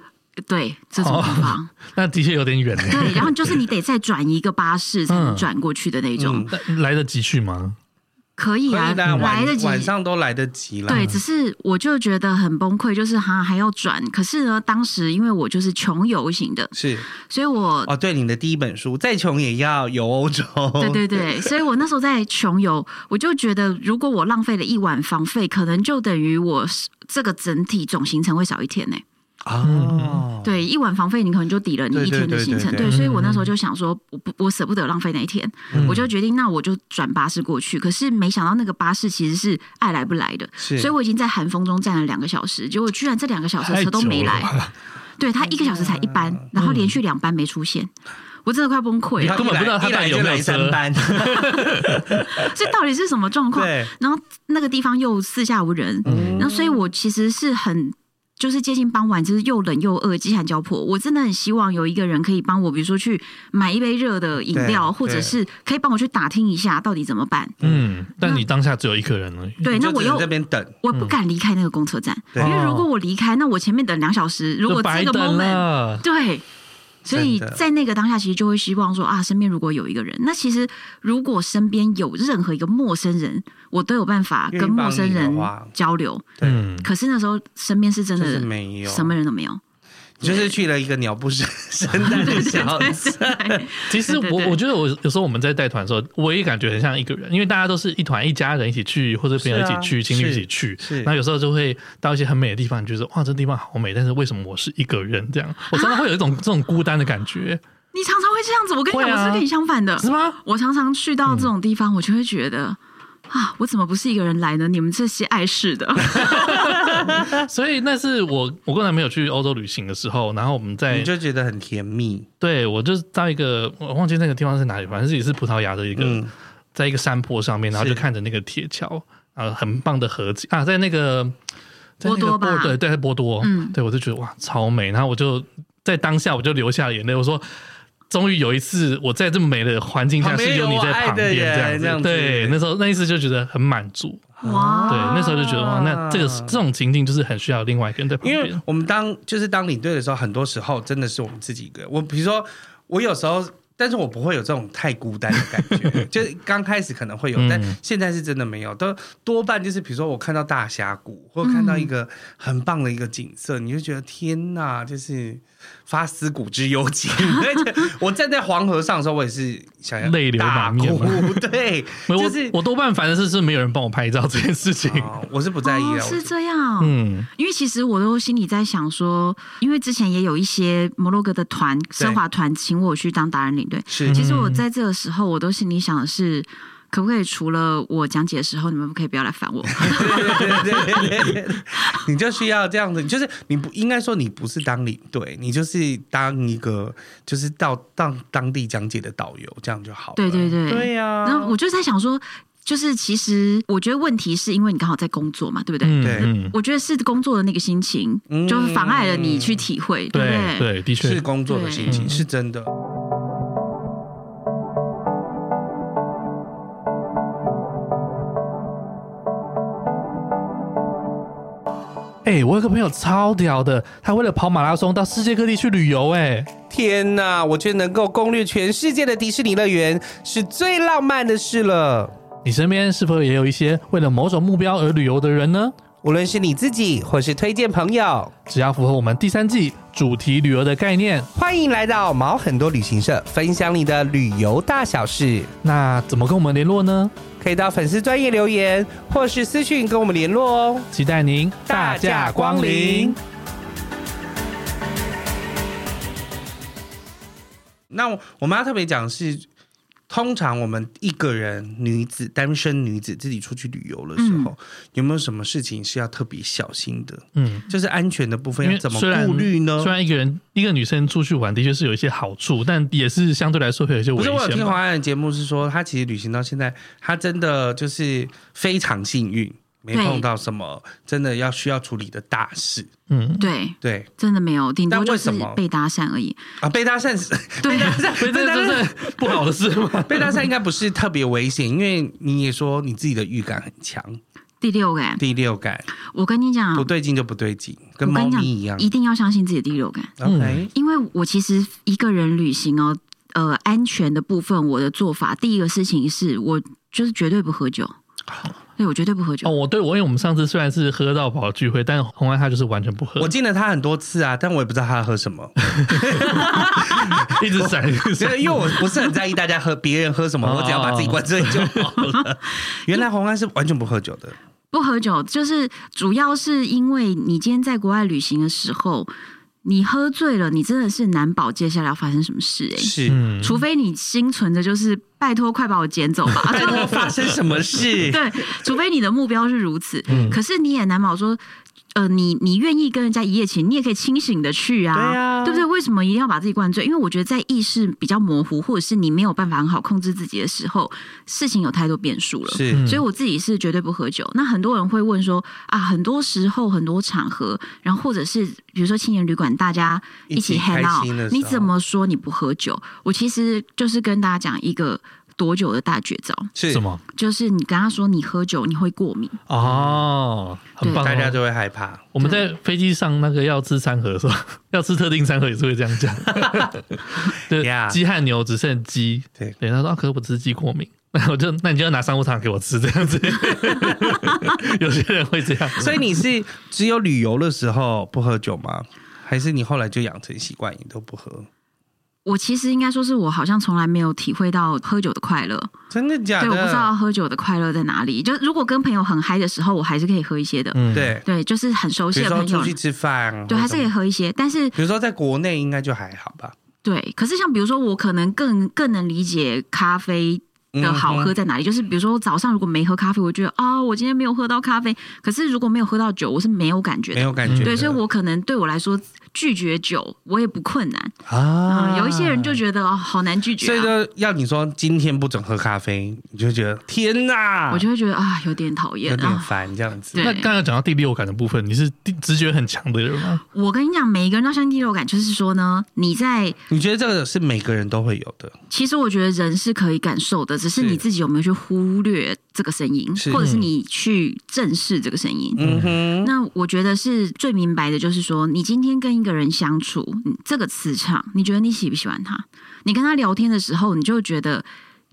Speaker 3: 对这种地
Speaker 2: 哦
Speaker 3: 方，
Speaker 1: 那的确有点
Speaker 3: <laughs>
Speaker 1: 远呢。
Speaker 3: 对，然后就是你得再转一个巴士才能
Speaker 1: 嗯
Speaker 3: 转过去的那种，
Speaker 2: 嗯
Speaker 1: 那来得及去吗？
Speaker 3: 可以
Speaker 2: 可
Speaker 3: 啊，
Speaker 2: 以啦，
Speaker 3: 来得
Speaker 2: 晚
Speaker 3: 及，
Speaker 2: 晚上啊都来得及啦。
Speaker 3: 对，只是我就觉得很崩溃，就是哈还要转。可是呢，当时因为我就是穷游型的，
Speaker 2: 是
Speaker 3: 所以我、
Speaker 2: 哦，对，你的第一本书《再穷也要游欧洲》，
Speaker 3: 对对对，所以我那时候在穷游，我就觉得如果我浪费了一晚房费，可能就等于我这个整体总行程会少一天呢、
Speaker 2: <laughs>
Speaker 1: 嗯
Speaker 2: 哦，
Speaker 3: 对，一晚房费你可能就抵了你一天的行程。
Speaker 2: 对对对对对嗯
Speaker 3: 对，所以我那时候就想说，我不我舍不得浪费那一天，我就决定那我就转巴士过去。可是没想到那个巴士其实是爱来不来的，
Speaker 2: 是，
Speaker 3: 所以我已经在寒风中站了两个小时，结果居然这两个小时的
Speaker 1: 太
Speaker 3: 车都
Speaker 1: 久
Speaker 3: 没
Speaker 1: 了
Speaker 3: 来。
Speaker 1: 吧，
Speaker 3: 对他一个小时才一
Speaker 2: 嗯
Speaker 3: 班，然后连续两班没出现，我真的快崩溃
Speaker 1: 根
Speaker 3: 了。
Speaker 1: 本不知道他
Speaker 2: 一
Speaker 1: 到
Speaker 2: 来
Speaker 1: 底
Speaker 2: 一
Speaker 1: 有
Speaker 2: 来就
Speaker 1: 没有
Speaker 2: 来
Speaker 1: 车
Speaker 2: 三班，
Speaker 3: <laughs> 这到底是什么状况？
Speaker 2: 对，
Speaker 3: 然后那个地方又四下无人，
Speaker 1: 嗯
Speaker 3: 然后所以我其实是很。就是接近傍晚，就是又冷又饿，饥寒交迫。我真的很希望有一个人可以帮我，比如说去买一杯热的饮料，
Speaker 2: 对
Speaker 3: 或者
Speaker 2: 对
Speaker 3: 是可以帮我去打听一下到底怎么办。
Speaker 1: 嗯，但你当下只有一个人而已。
Speaker 2: 你
Speaker 3: 对，那
Speaker 2: 就
Speaker 3: 我
Speaker 2: 只能
Speaker 3: 又
Speaker 2: 这边等，
Speaker 3: 我不敢离开那个公车站，
Speaker 2: 对
Speaker 3: 因为如果我离开，那我前面等两小时，如
Speaker 1: 就
Speaker 3: 果
Speaker 1: 白
Speaker 3: 这个
Speaker 1: 等
Speaker 3: moment
Speaker 1: 了。
Speaker 3: 对，所以
Speaker 2: 真的
Speaker 3: 在那个当下，其实就会希望说啊，身边如果有一个人，那其实如果身边有任何一个陌生人，我都有办法
Speaker 2: 愿意
Speaker 3: 跟陌生
Speaker 2: 帮
Speaker 3: 人
Speaker 2: 你的话
Speaker 3: 交流。
Speaker 2: 对
Speaker 1: 嗯，
Speaker 3: 可是那时候身边是真
Speaker 2: 就是
Speaker 3: 的
Speaker 2: 没有
Speaker 3: 什么人都没有，
Speaker 2: 就是去了一个鸟不
Speaker 3: <laughs>
Speaker 2: 生生蛋的小子，
Speaker 1: 其实
Speaker 3: 对
Speaker 1: 我
Speaker 3: 对对
Speaker 1: 我觉得我有时候我们在带团的时候，我也感觉很像一个人，因为大家都是一团一家人一起去，或者朋友一起去，
Speaker 2: 是啊
Speaker 1: 情侣一起去
Speaker 2: 是是，
Speaker 1: 那有时候就会到一些很美的地方，你觉得哇，这地方好美，但是为什么我是一个人这样？
Speaker 3: 啊
Speaker 1: 我常常会有一种这种孤单的感觉，
Speaker 3: 你常常会这样子。我跟你讲，
Speaker 1: 会啊
Speaker 3: 我是跟你相反的。
Speaker 1: 是吗？
Speaker 3: 我常常去到这种地方，我就会觉得。啊！我怎么不是一个人来呢？你们这些碍事的，
Speaker 1: 所以那是我我跟男朋友去欧洲旅行的时候，然后我们在
Speaker 2: 你就觉得很甜蜜。
Speaker 1: 对我就是到一个我忘记那个地方是哪里，反正是也是葡萄牙的一个，
Speaker 2: 嗯，
Speaker 1: 在一个山坡上面，然后
Speaker 2: 是
Speaker 1: 就看着那个铁桥啊，很棒的河景啊，在那个在那个
Speaker 3: 波多吧
Speaker 1: 对对，在波多，
Speaker 3: 嗯
Speaker 1: 对我就觉得哇，超美。然后我就在当下我就流下了眼泪，我说。终于有一次，我在这么美的环境下
Speaker 2: 旁边
Speaker 1: 是有你
Speaker 2: 有我
Speaker 1: 在
Speaker 2: 爱
Speaker 1: 旁
Speaker 2: 的
Speaker 1: 边这样
Speaker 2: 人这样子
Speaker 1: 对，那时候那一次就觉得很满足，
Speaker 2: 嗯
Speaker 3: 哇！
Speaker 1: 对，那时候就觉得哇，那这个
Speaker 2: 啊
Speaker 1: 这种情境就是很需要另外一个人在旁
Speaker 2: 因为
Speaker 1: 边，
Speaker 2: 我们当就是当领队的时候，很多时候真的是我们自己一个人。我比如说，我有时候。但是我不会有这种太孤单的感觉，
Speaker 1: <laughs>
Speaker 2: 就是刚开始可能会有，
Speaker 1: 嗯
Speaker 2: 但现在是真的没有，都多半就是比如说我看到大峡谷，或看到一个很棒的一个景色，你就觉得天哪，就是发思古之幽情。 <laughs> 而且我站在黄河上的时候，我也是想要
Speaker 1: 泪流
Speaker 2: 大
Speaker 1: 满面
Speaker 2: 哭
Speaker 1: 嘛，
Speaker 2: 对，
Speaker 1: 没有
Speaker 2: 就
Speaker 1: 我
Speaker 2: 是
Speaker 1: 我多半烦的是是没有人帮我拍照这件事情，
Speaker 2: 哦我是不在意
Speaker 3: 哦
Speaker 2: 啊，，
Speaker 3: 是这样，
Speaker 1: 嗯，
Speaker 3: 因为其实我都心里在想说，因为之前也有一些摩洛哥的团奢华团请我去当达人领队，
Speaker 2: 是
Speaker 3: 其实
Speaker 1: 嗯
Speaker 3: 我在这个时候，我都心里想的是。可不可以除了我讲解的时候，你们可以不要来
Speaker 2: <laughs>
Speaker 3: 烦我？
Speaker 2: 对对对对， <laughs> 你就需要这样子，就是你不应该说你不是当领队，你就是当一个就是到当当地讲解的导游，这样就好了。
Speaker 3: 对对对
Speaker 2: 对呀、
Speaker 3: 然后我就在想说，就是其实我觉得问题是因为你刚好在工作嘛，对不对？
Speaker 1: 嗯
Speaker 2: 对
Speaker 1: 嗯，
Speaker 3: 我觉得是工作的那个心情，
Speaker 2: 嗯
Speaker 3: 就是妨碍了你去体会，对不
Speaker 1: 对对，的确
Speaker 2: 是工作的心情，
Speaker 1: 对
Speaker 2: 是真的。
Speaker 1: 哎、我有个朋友超屌的，他为了跑马拉松到世界各地去旅游、哎，
Speaker 2: 天哪，我觉得能够攻略全世界的迪士尼乐园是最浪漫的事了。
Speaker 1: 你身边是否也有一些为了某种目标而旅游的人呢？
Speaker 2: 无论是你自己或是推荐朋友，
Speaker 1: 只要符合我们第三季主题旅游的概念，
Speaker 2: 欢迎来到毛很多旅行社，分享你的旅游大小事。
Speaker 1: 那怎么跟我们联络呢？
Speaker 2: 可以到粉丝专业留言，或是私讯跟我们联络哦。
Speaker 1: 期待您
Speaker 2: 大驾光临。那我我们要特别讲的是，通常我们一个人女子单身女子自己出去旅游的时候，
Speaker 3: 嗯
Speaker 2: 有没有什么事情是要特别小心的？
Speaker 1: 嗯，
Speaker 2: 就是安全的部分
Speaker 1: 因
Speaker 2: 要
Speaker 1: 为
Speaker 2: 怎么
Speaker 1: 虽然
Speaker 2: 顾虑呢
Speaker 1: 虽？然一个人一个女生出去玩的确是有一些好处，但也是相对来说会有一些
Speaker 2: 不
Speaker 1: 危
Speaker 2: 是我有
Speaker 1: 险
Speaker 2: 听
Speaker 1: 吧。
Speaker 2: 黄安的节目是说，他其实旅行到现在，他真的就是非常幸运，没
Speaker 3: 对
Speaker 2: 碰到什么真的要需要处理的大事。
Speaker 1: 嗯，
Speaker 3: 对，
Speaker 2: 对
Speaker 1: <laughs>
Speaker 3: 真的没有，顶
Speaker 2: 但
Speaker 3: 多
Speaker 2: 为
Speaker 3: 就是
Speaker 2: 什么
Speaker 3: 被搭讪而已。
Speaker 2: 啊，被搭讪是，
Speaker 3: 对，
Speaker 1: 所以这
Speaker 2: <laughs>
Speaker 1: 这是不好的事吗？
Speaker 2: 被搭讪应该不是特别危险，因为你也说你自己的预感很
Speaker 1: <laughs>
Speaker 2: 强，
Speaker 3: 第六感，
Speaker 2: 第六感
Speaker 3: 我跟你讲
Speaker 2: 不，对劲就不对劲，跟
Speaker 3: 嗯我
Speaker 2: 猫
Speaker 3: 跟你
Speaker 2: 咪
Speaker 3: 讲
Speaker 2: 一样。
Speaker 3: 一定要相信自己的第六感，
Speaker 1: 嗯
Speaker 2: OK，
Speaker 3: 因为我其实一个人旅行哦，呃，安全的部分，我的做法，第一个事情是我就是绝对不喝酒，对我绝对不喝酒
Speaker 1: 哦，。我对我，因为我们上次虽然是喝到饱聚会，但红安他就是完全不喝，
Speaker 2: 我进了他很多次啊，但我也不知道他喝什
Speaker 1: <laughs>
Speaker 2: 么，
Speaker 1: 一 <laughs> 直闪，一直
Speaker 2: 因
Speaker 1: 闪
Speaker 2: 为因为我不是很在意大家喝别人喝什么，
Speaker 1: 哦
Speaker 2: 我只要把自己灌醉就好
Speaker 3: <laughs>
Speaker 2: 了。原来红安是完全不喝酒的，
Speaker 3: 不喝酒，就是主要是因为你今天在国外旅行的时候，你喝醉了，你真的是难保接下来要发生什么事哎、
Speaker 2: 是。
Speaker 1: 嗯，
Speaker 3: 除非你心存着就是拜托快把我捡走
Speaker 2: <laughs>
Speaker 3: 吧，<laughs>
Speaker 2: 拜
Speaker 3: 就
Speaker 2: 托，发生什么
Speaker 1: <laughs>
Speaker 2: 事？
Speaker 3: 对，除非你的目标是如此，
Speaker 2: 嗯
Speaker 3: 可是你也难保说。呃，你你愿意跟人家一夜情，你也可以清醒的去啊，
Speaker 2: 对啊
Speaker 3: 不对？为什么一定要把自己灌醉？因为我觉得在意识比较模糊，或者是你没有办法很好控制自己的时候，事情有太多变数了。
Speaker 2: 是
Speaker 3: 所以我自己是绝对不喝酒。那很多人会问说啊，很多时候很多场合，然后或者是比如说青年旅馆，大家一
Speaker 2: 一
Speaker 3: 起
Speaker 2: 起开
Speaker 3: hang
Speaker 2: 心的
Speaker 3: out，
Speaker 2: 时候
Speaker 3: 你怎么说你不喝酒？我其实就是跟大家讲一个躲酒的大绝招，
Speaker 2: 是
Speaker 1: 什？么？
Speaker 3: 就是你跟他说你喝酒你会过敏，
Speaker 1: 哦，很棒、哦，
Speaker 2: 嗯大家都会害怕。
Speaker 1: 我们在飞机上那个要吃餐盒的时候， <laughs> 要吃特定餐盒也是会这样讲。 <laughs> 对
Speaker 2: Yeah，
Speaker 1: 鸡和牛只剩鸡。
Speaker 2: 对
Speaker 1: 对，他说、啊、可是我吃鸡过敏， <laughs> 那我就那你就要拿商务舱给我吃这样子。 <laughs> 有些人会这样，
Speaker 2: 所以你是只有旅游的时候不喝酒吗？还是你后来就养成习惯，你都不喝？
Speaker 3: 我其实应该说是我好像从来没有体会到喝酒的快乐，
Speaker 2: 真的假
Speaker 3: 对，
Speaker 2: 的？
Speaker 3: 我不知道喝酒的快乐在哪里。就如果跟朋友很嗨的时候，我还是可以喝一些的，
Speaker 1: 嗯，
Speaker 2: 对，
Speaker 3: 对，就是很熟
Speaker 2: 比
Speaker 3: 悉
Speaker 2: 如
Speaker 3: 的
Speaker 2: 说
Speaker 3: 朋友
Speaker 2: 出，去吃饭，
Speaker 3: 对，
Speaker 2: 或
Speaker 3: 还
Speaker 2: 者
Speaker 3: 是可以喝一些，但是
Speaker 2: 比如说在国内应该就还好吧。
Speaker 3: 对，可是像比如说，我可能更更能理解咖啡
Speaker 2: 嗯
Speaker 3: 的好喝在哪里。就是比如说，早上如果没喝咖啡，我觉得啊、我今天没有喝到咖啡。可是如果没有喝到酒，我是没有感觉
Speaker 2: 没
Speaker 3: 的。
Speaker 2: 有感觉的。
Speaker 3: 对，所以我可能对我来说，拒绝酒我也不困难。
Speaker 1: 啊
Speaker 3: 嗯，有一些人就觉得、哦、好难拒
Speaker 2: 所
Speaker 3: 绝、
Speaker 2: 以
Speaker 3: 啊。
Speaker 2: 说要你说今天不准喝咖啡，你就觉得天哪，
Speaker 3: 我就会觉得啊，有点讨
Speaker 2: 有
Speaker 3: 厌
Speaker 2: 点
Speaker 3: 啊！
Speaker 2: 烦这样子。
Speaker 3: 对
Speaker 1: 那刚刚讲到第六感的部分，你是第直觉很强的人吗？
Speaker 3: 我啊跟你讲，每一个人都像第六感，就是说呢，你在
Speaker 2: 你觉得这个是每个人都会有的？
Speaker 3: 其实我觉得人是可以感受的，只是
Speaker 2: 是
Speaker 3: 你自己有没有去忽略这个声音
Speaker 2: 是，
Speaker 3: 或者是你去正视这个声音。
Speaker 2: 嗯哼，
Speaker 3: 那我觉得是最明白的，就是说，你今天跟一个人相处，嗯这个磁场，你觉得你喜不喜欢他？你跟他聊天的时候，你就会觉得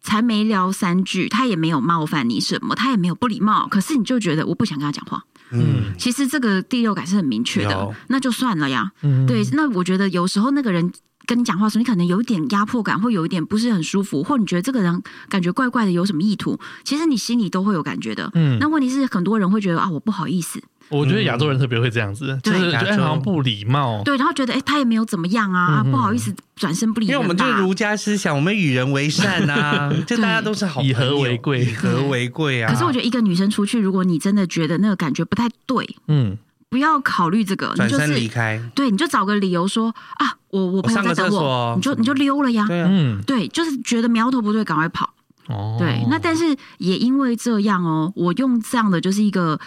Speaker 3: 才没聊三句，他也没有冒犯你什么，他也没有不礼貌，可是你就觉得我不想跟他讲话。
Speaker 2: 嗯，
Speaker 3: 其实这个第六感是很明确
Speaker 2: 有
Speaker 3: 的，那就算了呀。
Speaker 1: 嗯，
Speaker 3: 对，那我觉得有时候那个人。跟你讲话的时候，你可能有一点压迫感，会有一点不是很舒服，或你觉得这个人感觉怪怪的，有什么意图？其实你心里都会有感觉的。
Speaker 1: 嗯
Speaker 3: 那问题是，很多人会觉得啊，我不好意思，
Speaker 1: 我觉得亚洲人特别会这样子，就
Speaker 3: 对
Speaker 1: 是觉
Speaker 2: 嗯亚
Speaker 1: 得
Speaker 2: 洲
Speaker 1: 哎好像不礼
Speaker 2: 哦
Speaker 1: 貌。
Speaker 3: 对，然后觉得哎、诶他也没有怎么样啊，
Speaker 1: 嗯嗯
Speaker 3: 啊不好意思，转身不理
Speaker 2: 因
Speaker 3: 人啊
Speaker 2: 为
Speaker 3: 吧。
Speaker 2: 我们就是儒家思想，我们与人为善
Speaker 3: <laughs>
Speaker 2: 啊，就大家都是好朋友
Speaker 1: 以和为贵
Speaker 2: 以和为贵啊。
Speaker 3: 可是我觉得一个女生出去，如果你真的觉得那个感觉不太对，
Speaker 1: 嗯，
Speaker 3: 不要考虑这个，你
Speaker 2: 转
Speaker 3: 就
Speaker 2: 身离
Speaker 3: 是
Speaker 2: 开，
Speaker 3: 对，你就找个理由说啊，我我朋友
Speaker 2: 上个
Speaker 3: 在等
Speaker 2: 厕所
Speaker 3: 我，
Speaker 2: 哦
Speaker 3: 你就你就溜了呀。
Speaker 2: 对啊，
Speaker 1: 嗯，
Speaker 3: 对，就是觉得苗头不对，赶快跑。
Speaker 1: 哦，
Speaker 3: 对，那但是也因为这样哦，我用这样的就是一个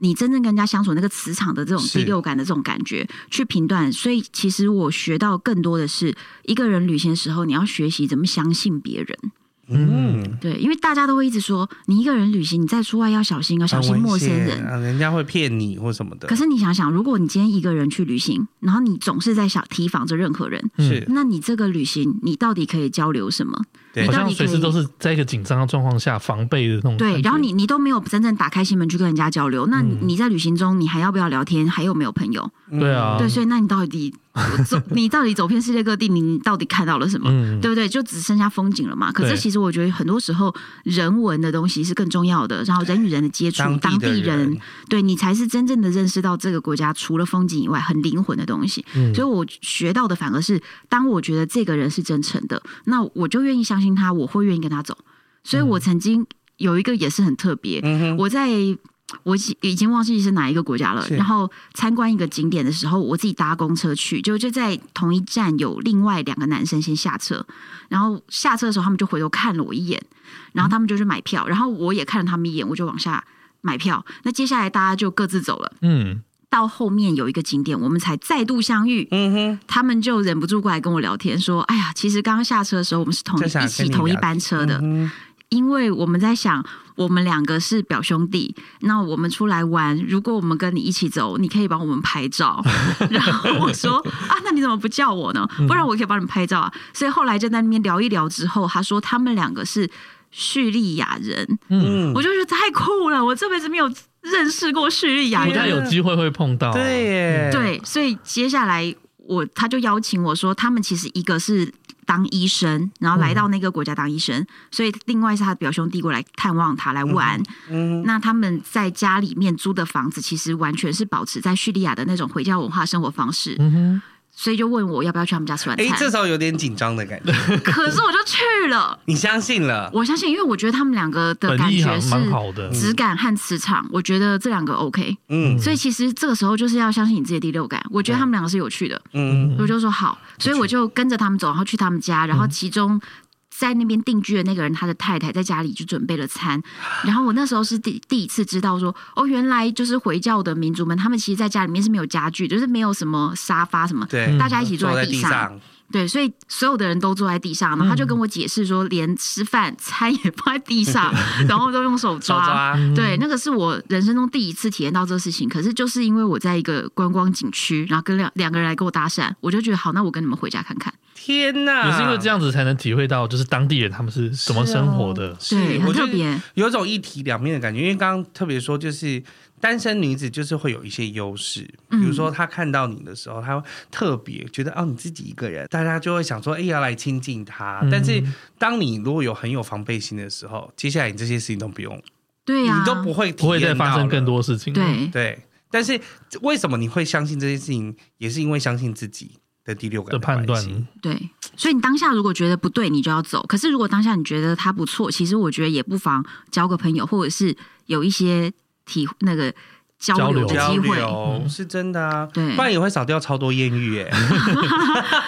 Speaker 3: 你真正跟人家相处那个磁场的这种
Speaker 2: 是
Speaker 3: 第六感的这种感觉去评断，所以其实我学到更多的是一个人旅行的时候，你要学习怎么相信别人。
Speaker 2: 嗯，
Speaker 3: 对，因为大家都会一直说你一个人旅行，你在出外要小心啊，小心
Speaker 2: 很危
Speaker 3: 陌生
Speaker 2: 险
Speaker 3: 人。
Speaker 2: 啊人家会骗你或什么的。
Speaker 3: 可是你想想，如果你今天一个人去旅行，然后你总是在想提防着任何人，
Speaker 1: 嗯
Speaker 2: 是
Speaker 3: 那你这个旅行你到底可以交流什么？
Speaker 2: 对
Speaker 1: 好
Speaker 3: 那
Speaker 1: 像
Speaker 3: 你可
Speaker 1: 随
Speaker 3: 以
Speaker 1: 时都是在一个紧张的状况下防备的那种感觉。嗯
Speaker 3: 对，然后你你都没有真正打开心门去跟人家交流，那你你在旅行中你还要不要聊天？还有没有朋友？
Speaker 2: 嗯
Speaker 1: 对啊，
Speaker 3: 对，所以那你到底走，你到底走遍世界各地，你你到底看到了什么？
Speaker 1: 嗯，
Speaker 3: 对不对？就只剩下风景了嘛。可
Speaker 1: 对
Speaker 3: 是其实我觉得很多时候人文的东西是更重要的，然后人与人的接触，当
Speaker 2: 当地的
Speaker 3: 人
Speaker 2: 人，
Speaker 3: 对你才是真正的认识到这个国家除了风景以外很灵魂的东西。
Speaker 1: 嗯
Speaker 3: 所以我学到的反而是，当我觉得这个人是真诚的，那我就愿意相信他，我会愿意跟他走。所以我曾经有一个也是很特别，
Speaker 2: 嗯哼，
Speaker 3: 我在我已经忘记是哪一个国家了。
Speaker 2: 是
Speaker 3: 然后参观一个景点的时候，我自己搭公车去，就就在同一站有另外两个男生先下车，然后下车的时候他们就回头看了我一眼，然后他们就去买票，然后我也看了他们一眼，我就往下买票。那接下来大家就各自走了。
Speaker 1: 嗯，
Speaker 3: 到后面有一个景点，我们才再度相遇。
Speaker 2: 嗯哼，
Speaker 3: 他们就忍不住过来跟我聊天，说：“哎呀，其实刚刚下车的时候，我们是同
Speaker 2: 就想
Speaker 3: 一
Speaker 2: 跟
Speaker 3: 起
Speaker 2: 你
Speaker 3: 同一
Speaker 2: 聊
Speaker 3: 班车的，
Speaker 2: 嗯哼
Speaker 3: 因为我们在想，我们两个是表兄弟，那我们出来玩，如果我们跟你一起走，你可以帮我们
Speaker 2: <laughs>
Speaker 3: 拍照。然后我说啊，那你怎么不叫我
Speaker 2: 嗯
Speaker 3: 呢？不然我可以帮你拍照啊。所以后来就在那边聊一聊之后，他说他们两个是叙利亚人，
Speaker 2: 嗯
Speaker 3: 我就觉得太酷了，我这辈子没有认识过叙利亚
Speaker 1: 我
Speaker 3: 人
Speaker 1: 觉得有机会会碰到。啊
Speaker 2: 对，耶，，
Speaker 3: 对，啊所以接下来我他就邀请我说，他们其实一个是当医生，然后来到那个国家当医生，所以另外是他的表兄弟过来探望他来玩。
Speaker 2: 嗯
Speaker 3: 那他们在家里面租的房子，其实完全是保持在叙利亚的那种回教文化生活方式，
Speaker 1: 嗯哼，
Speaker 3: 所以就问我要不要去他们家吃晚
Speaker 2: 哎，这
Speaker 3: <laughs> 餐。
Speaker 2: 时候有点紧张的感觉，
Speaker 3: 可是我就去了，
Speaker 2: 你相信了？
Speaker 3: 我相信，因为我觉得他们两个的
Speaker 1: 本
Speaker 3: 感
Speaker 1: 意
Speaker 3: 觉
Speaker 1: 还
Speaker 3: 是
Speaker 1: 蛮好的。
Speaker 3: 质感和磁场，我觉得这两个 OK。
Speaker 2: 嗯
Speaker 3: 所以其实这个时候就是要相信你自己的第六感，我觉得他们两个是有趣的。
Speaker 2: 嗯，
Speaker 3: 我就说好，所以我就跟着他们走，然后去他们家，然后其中。在那边定居的那个人，他的太太在家里就准备了餐，然后我那时候是第第一次知道说，哦，原来就是回教的民族们，他们其实在家里面是没有家具，就是没有什么沙发什么，
Speaker 2: 对，
Speaker 3: 大家一起坐
Speaker 2: 坐
Speaker 3: 在
Speaker 2: 在
Speaker 3: 地
Speaker 2: 地
Speaker 3: 上，
Speaker 2: 上，
Speaker 3: 对，所以所有的人都坐在地上，然后
Speaker 2: 嗯
Speaker 3: 他就跟我解释说，连吃饭餐也放在
Speaker 2: <laughs>
Speaker 3: 地上，然后都用手
Speaker 2: 手抓，嗯
Speaker 3: 对，那个是我人生中第一次体验到这个事情。可是就是因为我在一个观光景区，然后跟两两个人来跟我搭讪，我就觉得好，那我跟你们回家看看。
Speaker 2: 天哪！
Speaker 1: 嗯也是因为这样子才能体会到，就是当地人他们是怎么生活的。
Speaker 2: 是，
Speaker 3: 对，很
Speaker 2: 我
Speaker 3: 特
Speaker 2: 就
Speaker 3: 别。
Speaker 2: 有一种一体两面的感觉，因为刚刚特别说，就是单身女子就是会有一些优势，比
Speaker 3: 嗯
Speaker 2: 如说她看到你的时候，她会特别觉得哦你自己一个人，大家就会想说哎要来亲近她。
Speaker 1: 嗯
Speaker 2: 啊但是当你如果有很有防备心的时候，接下来你这些事情都不用，
Speaker 3: 对啊呀、
Speaker 2: 你都不会体
Speaker 1: 不会再
Speaker 2: 验到
Speaker 1: 发生
Speaker 2: 了
Speaker 1: 更。多事情。，
Speaker 3: 对，
Speaker 2: 对，但是为什么你会相信这些事情，也是因为相信自己的第六感
Speaker 1: 的判
Speaker 2: 关
Speaker 1: 断
Speaker 2: 系，
Speaker 3: 对，所以你当下如果觉得不对，你就要走。可是如果当下你觉得他不错，其实我觉得也不妨交个朋友，或者是有一些体那个交
Speaker 1: 交
Speaker 3: 流
Speaker 1: 流
Speaker 3: 的
Speaker 2: 交
Speaker 3: 机会。
Speaker 2: 流、是真的啊，
Speaker 3: 对
Speaker 2: 不然也会少掉超多艳遇
Speaker 3: <laughs>
Speaker 2: 哎、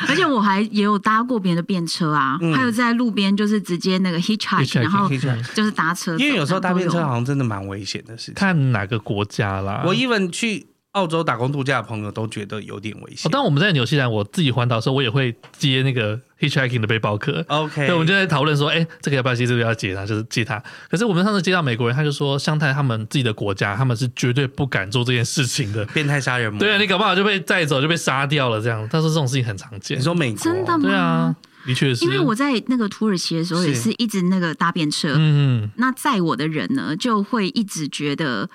Speaker 3: 而且我还也有搭过别人的便车啊，
Speaker 2: 嗯
Speaker 3: 还有在路边就是直接那个 hitchhike，
Speaker 1: Hitchhike，
Speaker 3: 然后
Speaker 2: hitchhike
Speaker 3: 就是搭车走，
Speaker 2: 因为有时候搭便车
Speaker 3: 都有
Speaker 2: 好像真的蛮危险的事情。
Speaker 1: 看哪个国家啦。
Speaker 2: 我 even 去澳洲打工度假的朋友都觉得有点危
Speaker 1: 哦
Speaker 2: 险。
Speaker 1: 当我们在纽西兰，我自己环岛的时候，我也会接那个 hitchhiking 的背包客。
Speaker 2: OK，
Speaker 1: 对，我们就在讨论说，哎、这个要不要接，这个要接他，就是接他。可是我们上次接到美国人，他就说，像在他们自己的国家，他们是绝对不敢做这件事情的。
Speaker 2: 变态杀人魔。
Speaker 1: 对啊，你搞不好就被带走，就被杀掉了这样。他说这种事情很常见
Speaker 2: 你。说美国
Speaker 3: 真的吗？
Speaker 1: 对啊，的确是。
Speaker 3: 嗯因为我在那个土耳其的时候
Speaker 2: 是
Speaker 3: 也是一直那个搭便车，
Speaker 1: 嗯，
Speaker 3: 那载我的人呢就会一直觉得，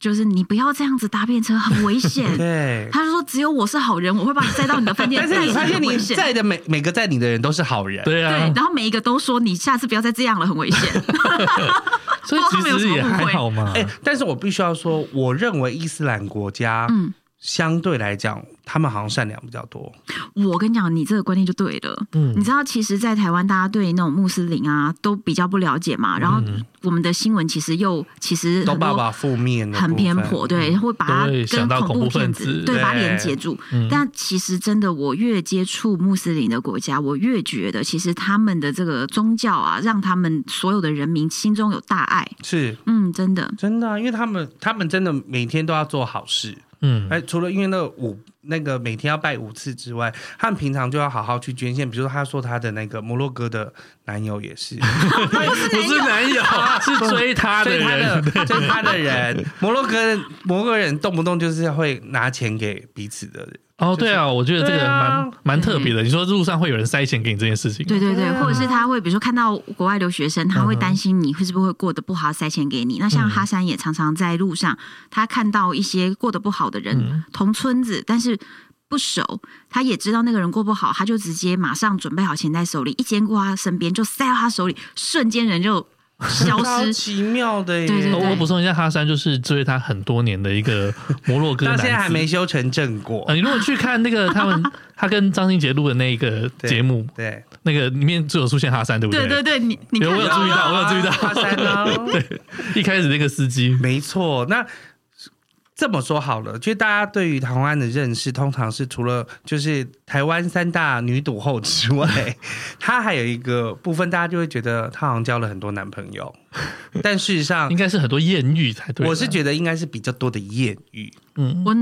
Speaker 3: 就是你不要这样子搭便车，很危险。
Speaker 2: <laughs> 对，
Speaker 3: 他就说只有我是好人，我会把你载到你的饭店
Speaker 2: 但是
Speaker 3: 去，
Speaker 2: 你发现
Speaker 3: 很危
Speaker 2: 你
Speaker 3: 险。
Speaker 2: 在的每每个在你的人都是好人。
Speaker 1: 对
Speaker 3: 对，
Speaker 1: 啊，
Speaker 3: 然后每一个都说你下次不要再这样了，很
Speaker 2: <laughs>
Speaker 3: 危险。
Speaker 1: 所以其实也还好嘛。哎
Speaker 2: 哎、但是我必须要说，我认为伊斯兰国家
Speaker 3: 嗯，
Speaker 2: 相对来讲，他们好像善良比较多。
Speaker 3: 我跟你讲，你这个观念就对了。嗯，你知道，其实，在台湾，大家对那种穆斯林啊，都比较不了解嘛。然后，我们的新闻其实又其实
Speaker 2: 嗯都
Speaker 3: 很多
Speaker 2: 爸爸负面的部分，
Speaker 3: 很偏颇，对，会把它
Speaker 1: 都会想
Speaker 3: 跟
Speaker 1: 到恐
Speaker 3: 怖
Speaker 1: 怖分
Speaker 3: 片
Speaker 1: 子
Speaker 3: 对，把它
Speaker 2: 对
Speaker 3: 连接住。但其实真的，我越接触穆斯林的国家，我越觉得其实他们的这个宗教啊，让他们所有的人民心中有大爱。
Speaker 2: 是
Speaker 3: 嗯，真的，
Speaker 2: 真的、啊，因为他们他们真的每天都要做好事。
Speaker 1: 嗯，
Speaker 2: 哎，除了因为那个五那个每天要拜五次之外，他们平常就要好好去捐献。比如说，他说他的那个摩洛哥的男友
Speaker 1: <laughs>
Speaker 2: 也是，
Speaker 1: 不是男 <laughs> 友，是 <laughs> 追他的
Speaker 2: 追他
Speaker 1: 人
Speaker 2: 的。追他
Speaker 1: <laughs>
Speaker 2: 的人，摩洛哥摩洛哥人动不动就是会拿钱给彼此的人。
Speaker 1: 哦，对啊，我觉得这个
Speaker 2: 对啊
Speaker 1: 蛮蛮特别的。你说路上会有人塞钱给你这件事情，
Speaker 3: 对对对，
Speaker 2: 对啊
Speaker 3: 或者是他会比如说看到国外留学生，他会担心你会是不是会过得不好，塞钱给你。那
Speaker 1: 嗯
Speaker 3: 像哈山也常常在路上，他看到一些过得不好的人，
Speaker 1: 嗯
Speaker 3: 同村子，但是。不熟，他也知道那个人过不好，他就直接马上准备好钱在手里，一经过他身边就塞到他手里，瞬间人就消
Speaker 2: 超
Speaker 3: 失。
Speaker 2: 奇妙的耶！
Speaker 3: 对对
Speaker 1: 哦
Speaker 3: 对
Speaker 1: 我补充一下，哈山就是追他很多年的一个
Speaker 2: <laughs>
Speaker 1: 摩洛哥
Speaker 2: 到
Speaker 1: 男子，
Speaker 2: 现在还没修成正果
Speaker 1: 呃，。你如果去看那个他
Speaker 2: <laughs>
Speaker 1: 们，他跟张信哲录的那个
Speaker 2: 对
Speaker 1: 节目，
Speaker 2: 对，
Speaker 1: 那个里面就有出现哈 <laughs> 山，对不
Speaker 3: 对对
Speaker 1: 对
Speaker 3: 对， <laughs> 你你看
Speaker 1: 有我有注意到我有注意到
Speaker 2: 花山哦。
Speaker 1: 对，一开始那个司 <laughs> 机，
Speaker 2: 没错，那这么说好了，就大家对于台湾的认识，通常是除了就是台湾三大女赌后之外，她还有一个部分，大家就会觉得她好像交了很多男朋友，但事实上
Speaker 1: 应。该是很多艳遇才对啦。啊
Speaker 2: 我是觉得应该是比较多的艳遇，
Speaker 1: 嗯，
Speaker 3: 我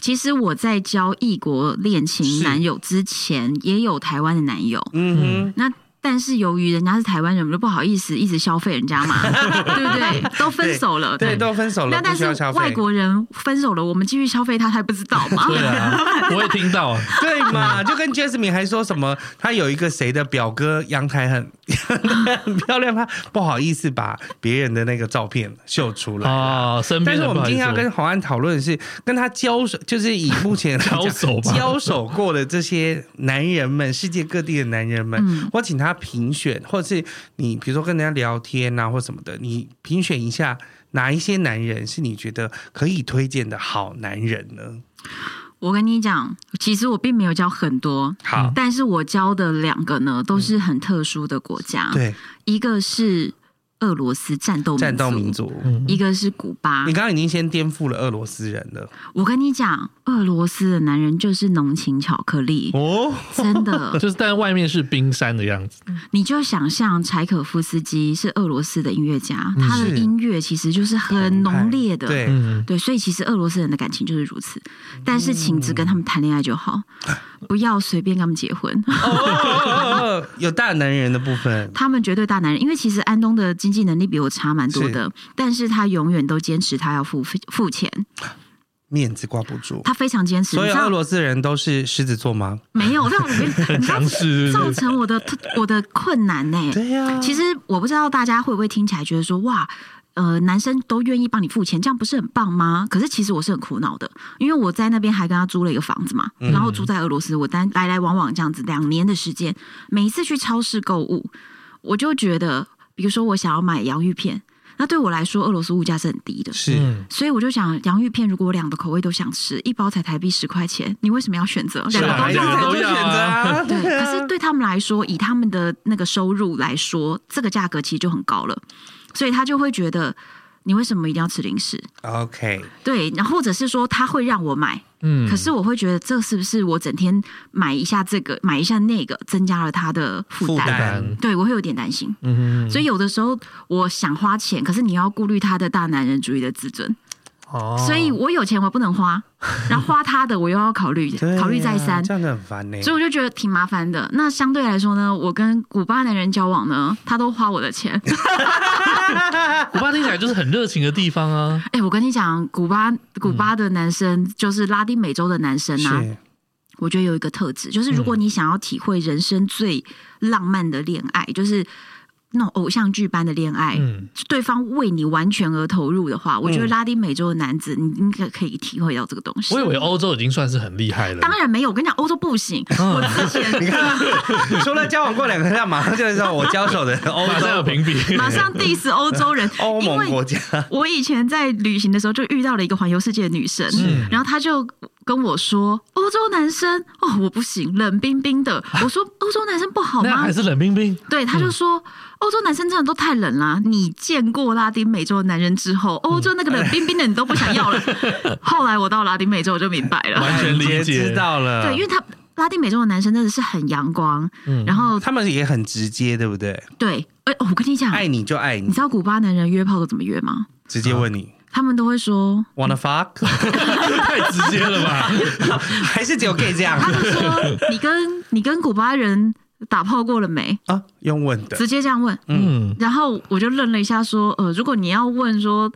Speaker 3: 其实我在交异国恋情
Speaker 2: 是
Speaker 3: 男友之前，也有台湾的男友，
Speaker 2: 嗯
Speaker 3: 那但是由于人家是台湾人，我们就不好意思一直消费人
Speaker 2: <laughs>
Speaker 3: 家嘛，对不对？都分手了，
Speaker 2: 哼，对，。都分手了，
Speaker 3: 那
Speaker 2: 不
Speaker 3: 但
Speaker 2: 需
Speaker 3: 是
Speaker 2: 要消费，
Speaker 3: 外国人分手了，我们继续消费他，他还不知道
Speaker 2: <laughs>
Speaker 3: 嘛？
Speaker 1: 对啊，我也听到啊，
Speaker 2: 对嘛？就跟 Jasmine 还说什么，她有一个谁的表哥阳台很 <laughs> 很漂亮，她不好意思把别人的那个照片秀出来，
Speaker 1: 哦，
Speaker 3: 嗯
Speaker 1: 身
Speaker 2: 啊但
Speaker 1: 边
Speaker 2: 是
Speaker 1: 的
Speaker 2: 我
Speaker 1: 不
Speaker 2: 们
Speaker 1: 好
Speaker 2: 今
Speaker 1: 意
Speaker 2: 天要
Speaker 1: 思
Speaker 2: 跟黄安讨论的是，跟他交手，就是以目前
Speaker 3: <laughs>
Speaker 2: 来讲
Speaker 1: 交手吧
Speaker 2: 交手过的这些男人们，世界各地的男人们，
Speaker 3: 嗯
Speaker 2: 我请他评选，或者是你比如说跟人家聊天啊，或什么的，你评选一下哪一些男人是你觉得可以推荐的好男人呢？
Speaker 3: 我跟你讲，其实我并没有交很多，
Speaker 2: 好，
Speaker 3: 但是我交的两个呢，都是很特殊的国家，
Speaker 2: 嗯对，
Speaker 3: 一个是俄罗斯战斗
Speaker 2: 战斗
Speaker 3: 民
Speaker 2: 民
Speaker 3: 族，
Speaker 2: 族，
Speaker 3: 一个是古巴
Speaker 2: 你。刚刚已经先颠覆了俄罗斯人了
Speaker 3: 我跟你讲，俄罗斯的男人就是浓情巧克力，
Speaker 2: 哦，
Speaker 3: 真
Speaker 2: <laughs>
Speaker 3: 的。
Speaker 1: 就是但外面是冰山的样子，
Speaker 3: 你就想象柴可夫斯基是俄罗斯的音乐家，他的
Speaker 2: 嗯是
Speaker 3: 音乐其实就是很浓烈的，
Speaker 2: 对，
Speaker 1: 嗯，
Speaker 3: 对所以其实俄罗斯人的感情就是如此。但是请只跟他们谈恋爱就好，
Speaker 2: 嗯
Speaker 3: 不要随便跟他们结婚， <laughs>
Speaker 2: 哦哦哦哦有大男人的部分，
Speaker 3: 他们绝对大男人。因为其实安东的经济能力比我差蛮多的，但是他永远都坚持他要付付钱，
Speaker 2: 面子挂不住。
Speaker 3: 他非常坚持。
Speaker 2: 所
Speaker 3: 你
Speaker 2: 有
Speaker 3: 知
Speaker 2: 俄
Speaker 3: 道
Speaker 2: 罗斯人都是狮子座吗？
Speaker 3: 没有？让
Speaker 2: <laughs>
Speaker 3: 我跟你知道
Speaker 1: 强势是不
Speaker 3: 造
Speaker 1: 是
Speaker 3: 成我的我的困难呢、
Speaker 2: 对呀、
Speaker 3: 其实我不知道大家会不会听起来觉得说哇。呃，男生都愿意帮你付钱，这样不是很棒吗？可是其实我是很苦恼的，因为我在那边还跟他租了一个房子嘛，
Speaker 1: 嗯
Speaker 3: 然后住在俄罗斯，我单来来往往这样子两年的时间，每一次去超市购物，我就觉得，比如说我想要买洋芋片，那对我来说俄罗斯物价是很低的，
Speaker 2: 是、
Speaker 1: 嗯
Speaker 3: 所以我就想洋芋片如果我两个口味都想吃，一包才台币十块钱，你为什么要选择两
Speaker 1: 是
Speaker 3: 个
Speaker 1: 啊
Speaker 3: 都
Speaker 1: 两个都要啊
Speaker 3: 对，可是对他们来说，以他们的那个收入来说，这个价格其实就很高了，所以他就会觉得你为什么一定要吃零食？
Speaker 2: OK，
Speaker 3: 对，然后或者是说他会让我买，
Speaker 1: 嗯，
Speaker 3: 可是我会觉得这是不是我整天买一下这个，买一下那个，增加了他的负
Speaker 2: 负
Speaker 3: 担？
Speaker 2: 担
Speaker 1: 但
Speaker 3: 对，我会有点担心，
Speaker 1: 嗯，
Speaker 3: 所以有的时候我想花钱，可是你要顾虑他的大男人主义的自尊，
Speaker 1: 哦，
Speaker 3: 所以我有钱我不能花，然后花他的我又要考虑
Speaker 2: 对啊
Speaker 3: 考虑再三，
Speaker 2: 这样子很烦呢、
Speaker 3: 所以我就觉得挺麻烦的。那相对来说呢，我跟古巴男人交往呢，他都花我
Speaker 1: <laughs>
Speaker 3: 的钱。
Speaker 1: 古巴听起来就是很热情的地方啊，
Speaker 3: 哎、我跟你讲，古巴古巴的男生、就是拉丁美洲的男生啊， <laughs>
Speaker 2: 是
Speaker 3: 我觉得有一个特质，就是如果你想要体会人生最浪漫的恋爱，就是那种偶像剧般的恋爱。
Speaker 1: 嗯，
Speaker 3: 对方为你完全而投入的话，我觉得拉丁美洲的男子，你应该可以体会到这个东西
Speaker 1: 我以。为欧洲已经算是很厉害了，
Speaker 3: 当然没有，我跟你讲，欧洲不行。我之前
Speaker 2: 你看，除了交往过两个，他马上就知道我交
Speaker 3: <laughs>
Speaker 2: 手的欧
Speaker 1: 嗯马上有
Speaker 2: 洲、
Speaker 1: 评比，
Speaker 2: <laughs>
Speaker 3: 马上 diss 欧洲
Speaker 1: <laughs>
Speaker 3: 人，
Speaker 2: 欧
Speaker 3: 因
Speaker 2: 盟
Speaker 3: 为
Speaker 2: 国家。
Speaker 3: 我以前在旅行的时候就遇到了一个环游世界的女生，然后她就跟我说欧洲男生哦，我不行，冷冰冰
Speaker 1: <laughs>
Speaker 3: 的。我说欧洲男生不好
Speaker 1: 那
Speaker 3: 吗
Speaker 1: 还？是嗯冷冰
Speaker 3: <laughs>
Speaker 1: 冰。
Speaker 3: 对，他就说欧洲男生真的都太冷啦。你见过拉丁美洲的男人之后，欧洲那个冷冰冰的你都不想要了。
Speaker 1: <laughs>
Speaker 3: 后来我到拉丁美洲我就明白了，
Speaker 1: 完全理解
Speaker 2: 哎你也知道了。
Speaker 3: 对，因为他拉丁美洲的男生真的是很阳光，
Speaker 1: 嗯
Speaker 3: 然后
Speaker 2: 他们也很直接，对不对？
Speaker 3: 对，哎、我跟你讲，
Speaker 2: 爱你就爱
Speaker 3: 你
Speaker 2: 你，
Speaker 3: 知道古巴男人约炮都怎么约吗？
Speaker 2: 直接问你
Speaker 3: 他们都会说，
Speaker 2: wanna fuck，
Speaker 3: <laughs>
Speaker 1: 太直接了吧？
Speaker 2: 还是只有 gay 这样
Speaker 3: 他就说你跟你跟古巴人打炮过了没？
Speaker 2: 啊？用问的
Speaker 3: 直接这样问，
Speaker 1: 嗯，
Speaker 3: 然后我就愣了一下，说，呃，如果你要问说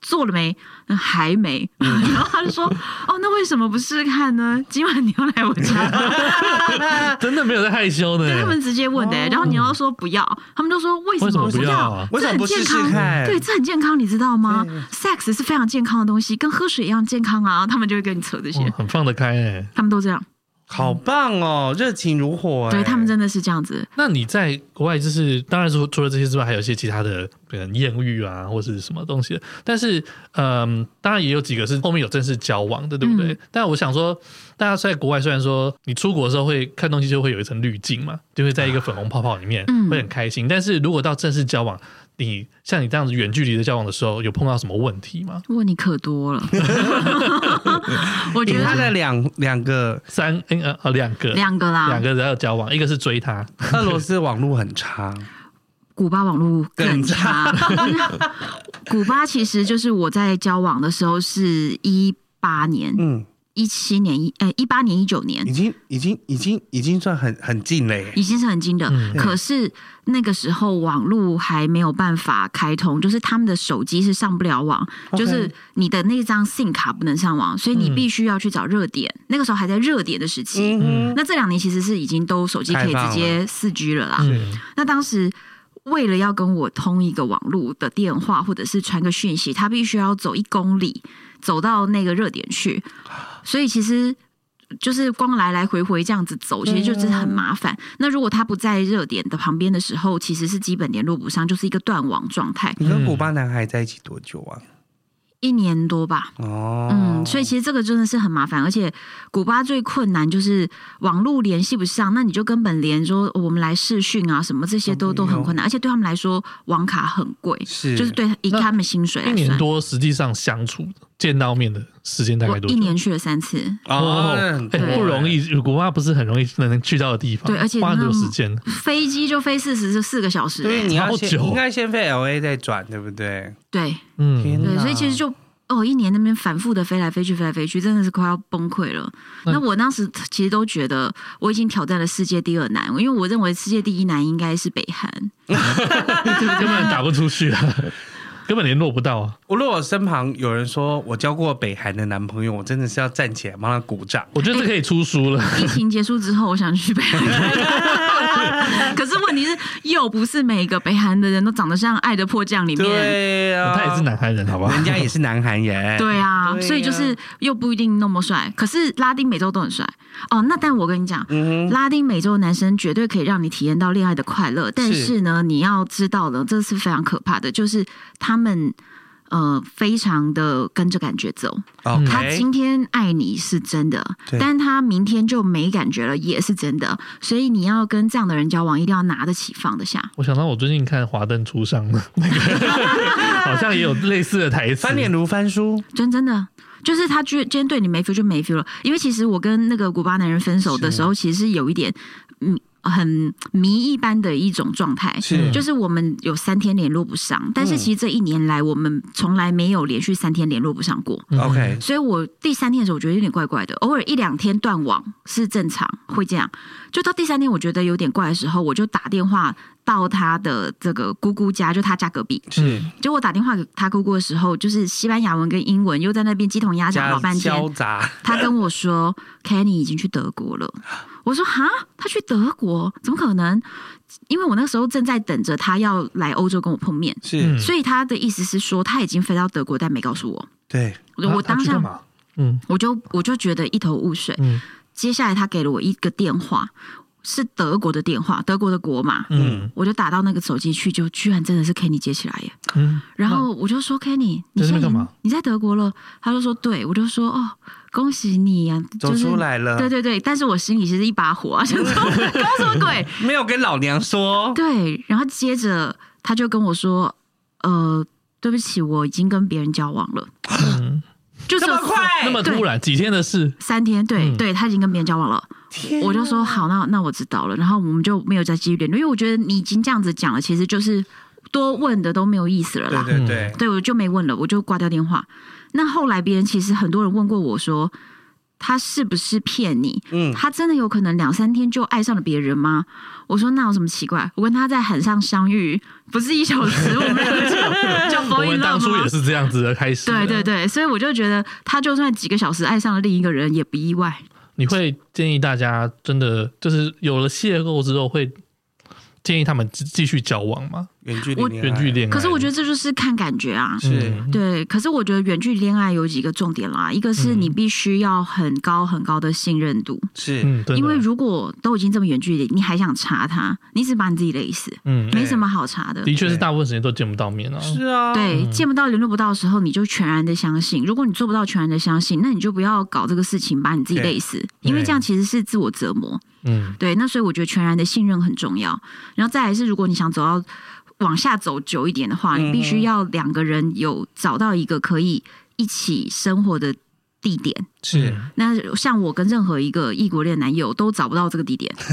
Speaker 3: 做了没，嗯还没， <laughs> 然后他就说，哦，那为什么不试试看呢？ <laughs> 今晚你要来我家？
Speaker 1: 真的没有在害羞
Speaker 3: 对他
Speaker 1: 呢。
Speaker 3: 们直接问的、欸
Speaker 2: 哦
Speaker 3: 然后你要说不要，他们就说为什
Speaker 1: 为什
Speaker 3: 么
Speaker 1: 么不要啊
Speaker 3: 要？
Speaker 2: 为什
Speaker 3: 这
Speaker 2: 么
Speaker 3: 很
Speaker 2: 不
Speaker 3: 健
Speaker 2: 试
Speaker 3: 康
Speaker 2: 试看？
Speaker 3: 对，这很健康，你知道吗
Speaker 2: 对
Speaker 3: ？Sex 是非常健康的东西，跟喝水一样健康啊。他们就会跟你扯这些
Speaker 1: 哇，很放得开哎。
Speaker 3: 他们都这样，
Speaker 2: 好棒哦，热情如火、哎
Speaker 3: 对他们真的是这样子。
Speaker 1: 那你在国外就是，当然除除了这些之外，还有一些其他的，可能艳遇啊，或是什么东西的。但是，嗯，当然也有几个是后面有正式交往的，对不对？
Speaker 3: 嗯
Speaker 1: 但我想说，大家在国外虽然说你出国的时候会看东西就会有一层滤镜嘛，就会在一个粉红泡泡里面、
Speaker 3: 嗯
Speaker 1: 会很开心。但是如果到正式交往，你像你这样子远距离的交往的时候，有碰到什么问题吗？
Speaker 3: 问你可多了，我觉
Speaker 2: 赢他
Speaker 3: 得
Speaker 2: 的两两个
Speaker 1: 三，嗯呃呃，两个，
Speaker 3: 两个啦，
Speaker 1: 两个人要交往，一个是追他，
Speaker 2: 俄罗斯网络很差，
Speaker 3: 古巴网络更差。 <laughs> 古巴其实就是我在交往的时候是一八年、
Speaker 2: 嗯，
Speaker 3: 一七年、一呃一八年、一九
Speaker 2: 已
Speaker 3: 年，
Speaker 2: 经已经已经已经算很很近嘞。
Speaker 3: 已经是很近的。可是那个时候网络还没有办法开通，就是他们的手机是上不了网
Speaker 2: OK
Speaker 3: 就是你的那张 SIM 卡不能上网，所以你
Speaker 1: 嗯
Speaker 3: 必须要去找热点。那个时候还在热点的时期。
Speaker 2: 嗯哼，
Speaker 3: 那这两年其实是已经都手机可
Speaker 2: 开
Speaker 3: 以直
Speaker 2: 放
Speaker 3: 接四 G 了啦，
Speaker 1: 嗯，
Speaker 3: 那当时为了要跟我通一个网络的电话，或者是传个讯息，他必须要走一公里，走到那个热点去。所以其实就是光来来回回这样子走，其实就是很麻烦。那如果他不在热点的旁边的时候，其实是基本联络不上，就是一个断网状态，
Speaker 2: 你跟古巴男孩在一起多久啊？
Speaker 3: 一年多吧。
Speaker 2: 哦，
Speaker 3: 嗯，所以其实这个真的是很麻烦，而且古巴最困难就是网络联系不上，那你就根本连说我们来视讯啊什么这些都
Speaker 2: 都
Speaker 3: 都
Speaker 2: 没有
Speaker 3: 很困难，而且对他们来说网卡很贵，
Speaker 2: 是
Speaker 3: 就是对以
Speaker 1: 那
Speaker 3: 他们薪水
Speaker 1: 一
Speaker 3: 来
Speaker 1: 年
Speaker 3: 算，
Speaker 1: 多实际上相处见到面的时间大
Speaker 3: 我
Speaker 1: 概多久？
Speaker 3: 哦一年去了三次，
Speaker 2: 哦，那很多
Speaker 1: 哎
Speaker 2: 哎
Speaker 1: 不容易，国外不是很容易能去到的地方，
Speaker 3: 对而且
Speaker 1: 花很多
Speaker 3: 那么
Speaker 1: 时间。
Speaker 3: 飞机就飞四十就四个小时、
Speaker 2: 对，你要
Speaker 1: 好
Speaker 2: 先
Speaker 1: 久
Speaker 2: 应该先飞 L A 再转，对不对？
Speaker 3: 对
Speaker 1: 嗯
Speaker 2: 天，
Speaker 3: 对，
Speaker 2: 哪
Speaker 3: 所以其实就。哦，一年那边反复的飞来飞去，飞来飞去，真的是快要崩溃了。
Speaker 1: 那
Speaker 3: 那我当时其实都觉得我已经挑战了世界第二难，因为我认为世界第一难应该是北韩。
Speaker 1: 根本打不出去啊， <laughs> 根本联络不到啊！
Speaker 2: 我如果身旁有人说我交过北韩的男朋友，我真的是要站起来帮他鼓掌。
Speaker 1: 我觉得这可以出书了。
Speaker 3: 疫情结束之后，我想去北韩。
Speaker 2: <laughs>
Speaker 3: 可是问题是，又不是每个北韩的人都长得像《爱的迫降》里面。
Speaker 2: 对啊，
Speaker 1: 他也是，南韩人，好不好？
Speaker 2: 人家也是南韩人。
Speaker 3: 对啊，
Speaker 2: 对啊
Speaker 3: 所以就是又不一定那么帅，可是拉丁美洲都很帅哦。那但我跟你讲，
Speaker 2: 嗯
Speaker 3: 拉丁美洲的男生绝对可以让你体验到恋爱的快乐，但
Speaker 2: 是
Speaker 3: 是呢，你要知道了，这是非常可怕的，就是他们呃非常的跟着感觉走，
Speaker 2: 哼哦
Speaker 3: 他
Speaker 2: ，OK，
Speaker 3: 今天爱你是真的，
Speaker 2: 嗯对
Speaker 3: 但他明天就没感觉了，也是真的。所以你要跟这样的人交往，一定要拿得起放得下。
Speaker 1: 我想到我最近看《华灯初上》的那
Speaker 2: <laughs>
Speaker 1: 个，好像也有类似的台词。
Speaker 2: 翻脸如翻书，
Speaker 3: 真真的，就是他居今天对你没 feel 就没 feel 了。因为其实我跟那个古巴男人分手的时候，其实是有一点嗯很迷一般的一种状态。
Speaker 2: 是嗯
Speaker 3: 就是我们有三天联络不上，但是其实这一年来我们从来没有连续三天联络不上过，
Speaker 1: 嗯
Speaker 2: OK，
Speaker 3: 所以我第三天的时候，我觉得有点怪怪的，偶尔一两天断网是正常，会这样。就到第三天，我觉得有点怪的时候，我就打电话到他的这个姑姑家，就他家隔
Speaker 1: 嗯
Speaker 3: 壁。
Speaker 2: 是
Speaker 3: 就我打电话给他姑姑的时候，就是西班牙文跟英文又在那边鸡同鸭讲
Speaker 2: 加
Speaker 3: 老半
Speaker 2: 交
Speaker 3: 天。
Speaker 2: 杂，
Speaker 3: 他跟我说
Speaker 1: <laughs>
Speaker 3: ，Kenny 已经去德国了。我说哈，他去德国？怎么可能？因为我那时候正在等着他要来欧洲跟我碰面，
Speaker 2: 是
Speaker 1: 嗯
Speaker 3: 所以他的意思是说他已经飞到德国，但没告诉我。
Speaker 2: 对，
Speaker 1: 啊
Speaker 3: 我
Speaker 1: 他
Speaker 3: 当
Speaker 1: 去
Speaker 3: 下
Speaker 1: 干嘛？嗯
Speaker 3: 我就我就觉得一头雾水。
Speaker 1: 嗯
Speaker 3: 接下来他给了我一个电话，是德国的电话，德国的国码，
Speaker 1: 嗯
Speaker 3: 我就打到那个手机去，就居然真的是 Kenny 接起来耶。
Speaker 1: 嗯，
Speaker 3: 然后我就说 Kenny，
Speaker 1: 在那
Speaker 3: 你
Speaker 1: 边
Speaker 3: 现在
Speaker 1: 干嘛
Speaker 3: 你在德国了？他就说对，我就说哦，恭喜你呀、
Speaker 2: 走
Speaker 3: 就是
Speaker 2: 出来了
Speaker 3: 对对对，但是我心里其实一把
Speaker 1: <laughs>
Speaker 3: 火啊，想说搞什么鬼？
Speaker 2: 没有跟老娘说，
Speaker 3: 对，然后接着他就跟我说，呃，对不起，我已经跟别人交往了，
Speaker 1: 嗯
Speaker 3: 就是
Speaker 2: 这么快，
Speaker 3: 哎
Speaker 1: 那么突然，几天的事，
Speaker 3: 三天，对、
Speaker 1: 嗯啊
Speaker 3: 对，他已经跟别人交往了。
Speaker 2: 天
Speaker 3: 我就说好，那那我知道了，然后我们就没有再继续联络，因为我觉得你已经这样子讲了，其实就是多问的都没有意思了
Speaker 2: 对
Speaker 3: 啦。
Speaker 2: 对对，
Speaker 3: 对我就没问了，我就挂掉电话。那后来别人其实很多人问过我说，他是不是骗你？
Speaker 2: 嗯，
Speaker 3: 他真的有可能两三天就爱上了别人吗？我说那有什么奇怪？我跟他在海上相遇，不是一小时，我们两个就就 fall
Speaker 1: <laughs> 我
Speaker 3: in
Speaker 1: 们
Speaker 3: love
Speaker 1: 当初
Speaker 3: 吗
Speaker 1: 也是这样子的开始。
Speaker 3: 对对，对，所以我就觉得他就算几个小时爱上了另一个人也不意外。
Speaker 1: 你会建议大家真的就是有了邂逅之后，会建议他们继继续交往吗？
Speaker 2: 远距离
Speaker 3: 我
Speaker 2: 恋爱，
Speaker 1: 远距恋爱？
Speaker 3: 可是我觉得
Speaker 1: 得
Speaker 3: 这就是看感觉啊。
Speaker 2: 是
Speaker 1: 嗯
Speaker 3: 对，可是我觉得远距离恋爱有几个重点啦，一个是你
Speaker 1: 嗯
Speaker 3: 必须要很高很高的信任度，
Speaker 2: 是
Speaker 1: 嗯，真的
Speaker 3: 因为如果都已经这么远距离，你还想查他，你只把你自己累死，
Speaker 1: 嗯，
Speaker 3: 没什么好查的。
Speaker 1: 的确是
Speaker 2: 对
Speaker 1: 大部分时间都见不到面啊。
Speaker 2: 是啊，
Speaker 3: 对，
Speaker 1: 嗯
Speaker 3: 见不到联络不到的时候，你就全然的相信。如果你做不到全然的相信，那你就不要搞这个事情，把你自己
Speaker 2: 对
Speaker 3: 累死，因为这样其实是自我折磨。
Speaker 1: 嗯，
Speaker 3: 对，那所以我觉得全然的信任很重要。然后再来是，如果你想走到往下走久一点的话，
Speaker 2: 嗯哼
Speaker 3: 你必须要两个人有找到一个可以一起生活的地点。
Speaker 2: 是
Speaker 1: 嗯
Speaker 3: 那像我跟任何一个异国恋男友都找不到这个
Speaker 1: <laughs>
Speaker 3: 地点，就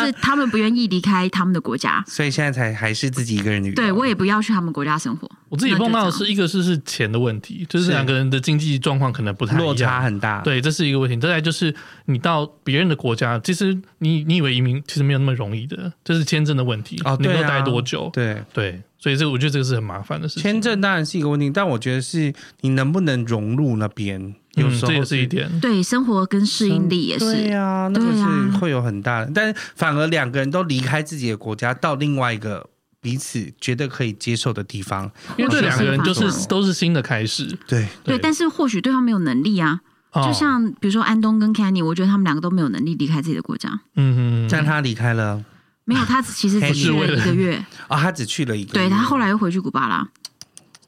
Speaker 3: 是他们不愿意离开他们的国家。
Speaker 2: 所以现在才还是自己一个人旅游。
Speaker 3: 对我也不要去他们国家生活。
Speaker 1: 我自己碰到的
Speaker 3: 那就这
Speaker 1: 是一个是是钱的问题，就是
Speaker 2: 是
Speaker 1: 两个人的经济状况可能不太一样
Speaker 2: 落差很大。，
Speaker 1: 对，这是一个问题。再来就是你到别人的国家，其实你你以为移民其实没有那么容易的，这是签证的问题。
Speaker 2: 哦
Speaker 1: 你能
Speaker 2: 对
Speaker 1: 够
Speaker 2: 啊
Speaker 1: 待多久？
Speaker 2: 对，
Speaker 1: 对，所以这个我觉得这个是很麻烦的事情。
Speaker 2: 签证当然是一个问题，但我觉得是你能不能融入那边，有
Speaker 1: 嗯，
Speaker 2: 时候
Speaker 1: 这也是一点。
Speaker 3: 对生活跟适应力也
Speaker 2: 对
Speaker 3: 是。
Speaker 2: 呀、那个
Speaker 3: 对啊
Speaker 2: 是会有很大的，但反而两个人都离开自己的国家，到另外一个彼此觉得可以接受的地方。
Speaker 1: 因为这
Speaker 3: 或许
Speaker 1: 两个人就
Speaker 3: 发
Speaker 1: 是
Speaker 3: 生
Speaker 1: 都是新的开始，
Speaker 2: 对，
Speaker 3: 对，但是或许对方没有能力啊，
Speaker 1: 哦
Speaker 3: 就像比如说安东跟 Kenny，我觉得他们两个都没有能力离开自己的国家。 <laughs>
Speaker 1: 嗯嗯
Speaker 2: 但他离开了
Speaker 3: 没有，他其实只
Speaker 2: 不
Speaker 3: 去
Speaker 2: 是
Speaker 3: 了
Speaker 1: 为了
Speaker 3: 一
Speaker 1: <laughs>
Speaker 3: 个月，
Speaker 2: 啊、他只去了一个月。
Speaker 3: 对他后来又回去古巴啦。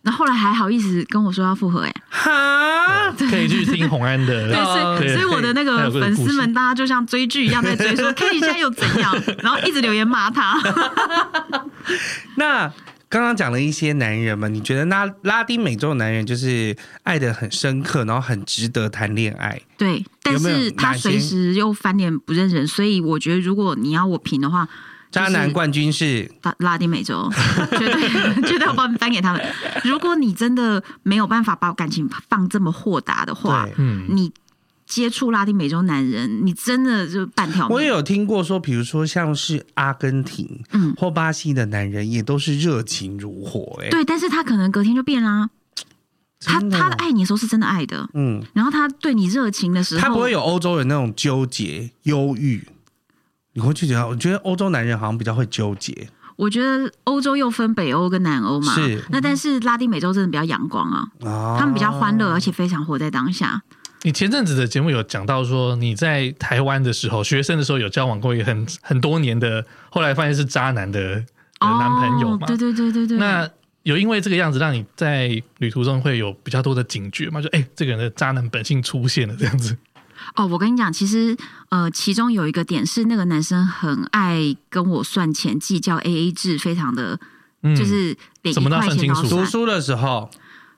Speaker 3: 那后来还好意思跟我说要复合哎、
Speaker 2: 哈，
Speaker 1: 可以去听红安
Speaker 3: <laughs> 对，
Speaker 1: 的，
Speaker 3: 所以
Speaker 1: 对
Speaker 3: 所以我的
Speaker 1: 还
Speaker 3: 那个
Speaker 1: 有这个
Speaker 3: 粉
Speaker 1: 故
Speaker 3: 丝
Speaker 1: 事
Speaker 3: 们，大家就像追剧一样
Speaker 1: <laughs>
Speaker 3: 在追，说 Kenny 现在又怎样，然后一直留言骂他。 <laughs>
Speaker 2: 那刚刚讲了一些男人嘛，你觉得那拉丁美洲的男人就是爱的很深刻，然后很值得谈恋爱？
Speaker 3: 对，但
Speaker 2: 有没
Speaker 3: 是
Speaker 2: 有
Speaker 3: 他
Speaker 2: 哪些
Speaker 3: 随时又翻脸不认人，所以我觉得如果你要我评的话，
Speaker 2: 渣男冠军是
Speaker 3: 拉拉丁美
Speaker 1: <laughs>
Speaker 3: 洲绝对绝对要帮颁给他们。如果你真的没有办法把感情放这么豁达的话，
Speaker 2: 对。
Speaker 1: 嗯，
Speaker 3: 你接触拉丁美洲男人，你真的就半条命。
Speaker 2: 我也有听过说，比如说像是阿根廷
Speaker 3: 嗯
Speaker 2: 或巴西的男人，也都是热情如火、哎，
Speaker 3: 对，但是他可能隔天就变啦。他
Speaker 2: 真的
Speaker 3: 他爱你的时候是真的爱的，
Speaker 2: 嗯，
Speaker 3: 然后他对你热情的时候，
Speaker 2: 他不会有欧洲人那种纠结、忧郁。你会去觉得，我觉得欧洲男人好像比较会纠结，
Speaker 3: 我觉得欧洲又分北欧跟南欧嘛，
Speaker 2: 是
Speaker 3: 那但是拉丁美洲真的比较阳光啊，
Speaker 2: 啊
Speaker 3: 他们比较欢乐，而且非常活在当下。
Speaker 1: 你前阵子的节目有讲到说你在台湾的时候，学生的时候有交往过一个很很多年的，后来发现是渣男的的男朋友嘛
Speaker 3: 哦，对，对对对对，
Speaker 1: 那。有因为这个样子，让你在旅途中会有比较多的警觉嘛？就哎、这个人的渣男本性出现了这样子。
Speaker 3: 哦，我跟你讲，其实呃，其中有一个点是那个男生很爱跟我算钱，计较 A A 制，非常的、
Speaker 1: 嗯，
Speaker 3: 就是连
Speaker 1: 怎
Speaker 3: 一
Speaker 1: 么都要
Speaker 3: 块
Speaker 1: 算
Speaker 3: 钱
Speaker 1: 清
Speaker 3: 都要
Speaker 1: 楚
Speaker 2: 读
Speaker 3: 算，
Speaker 2: 书的时候，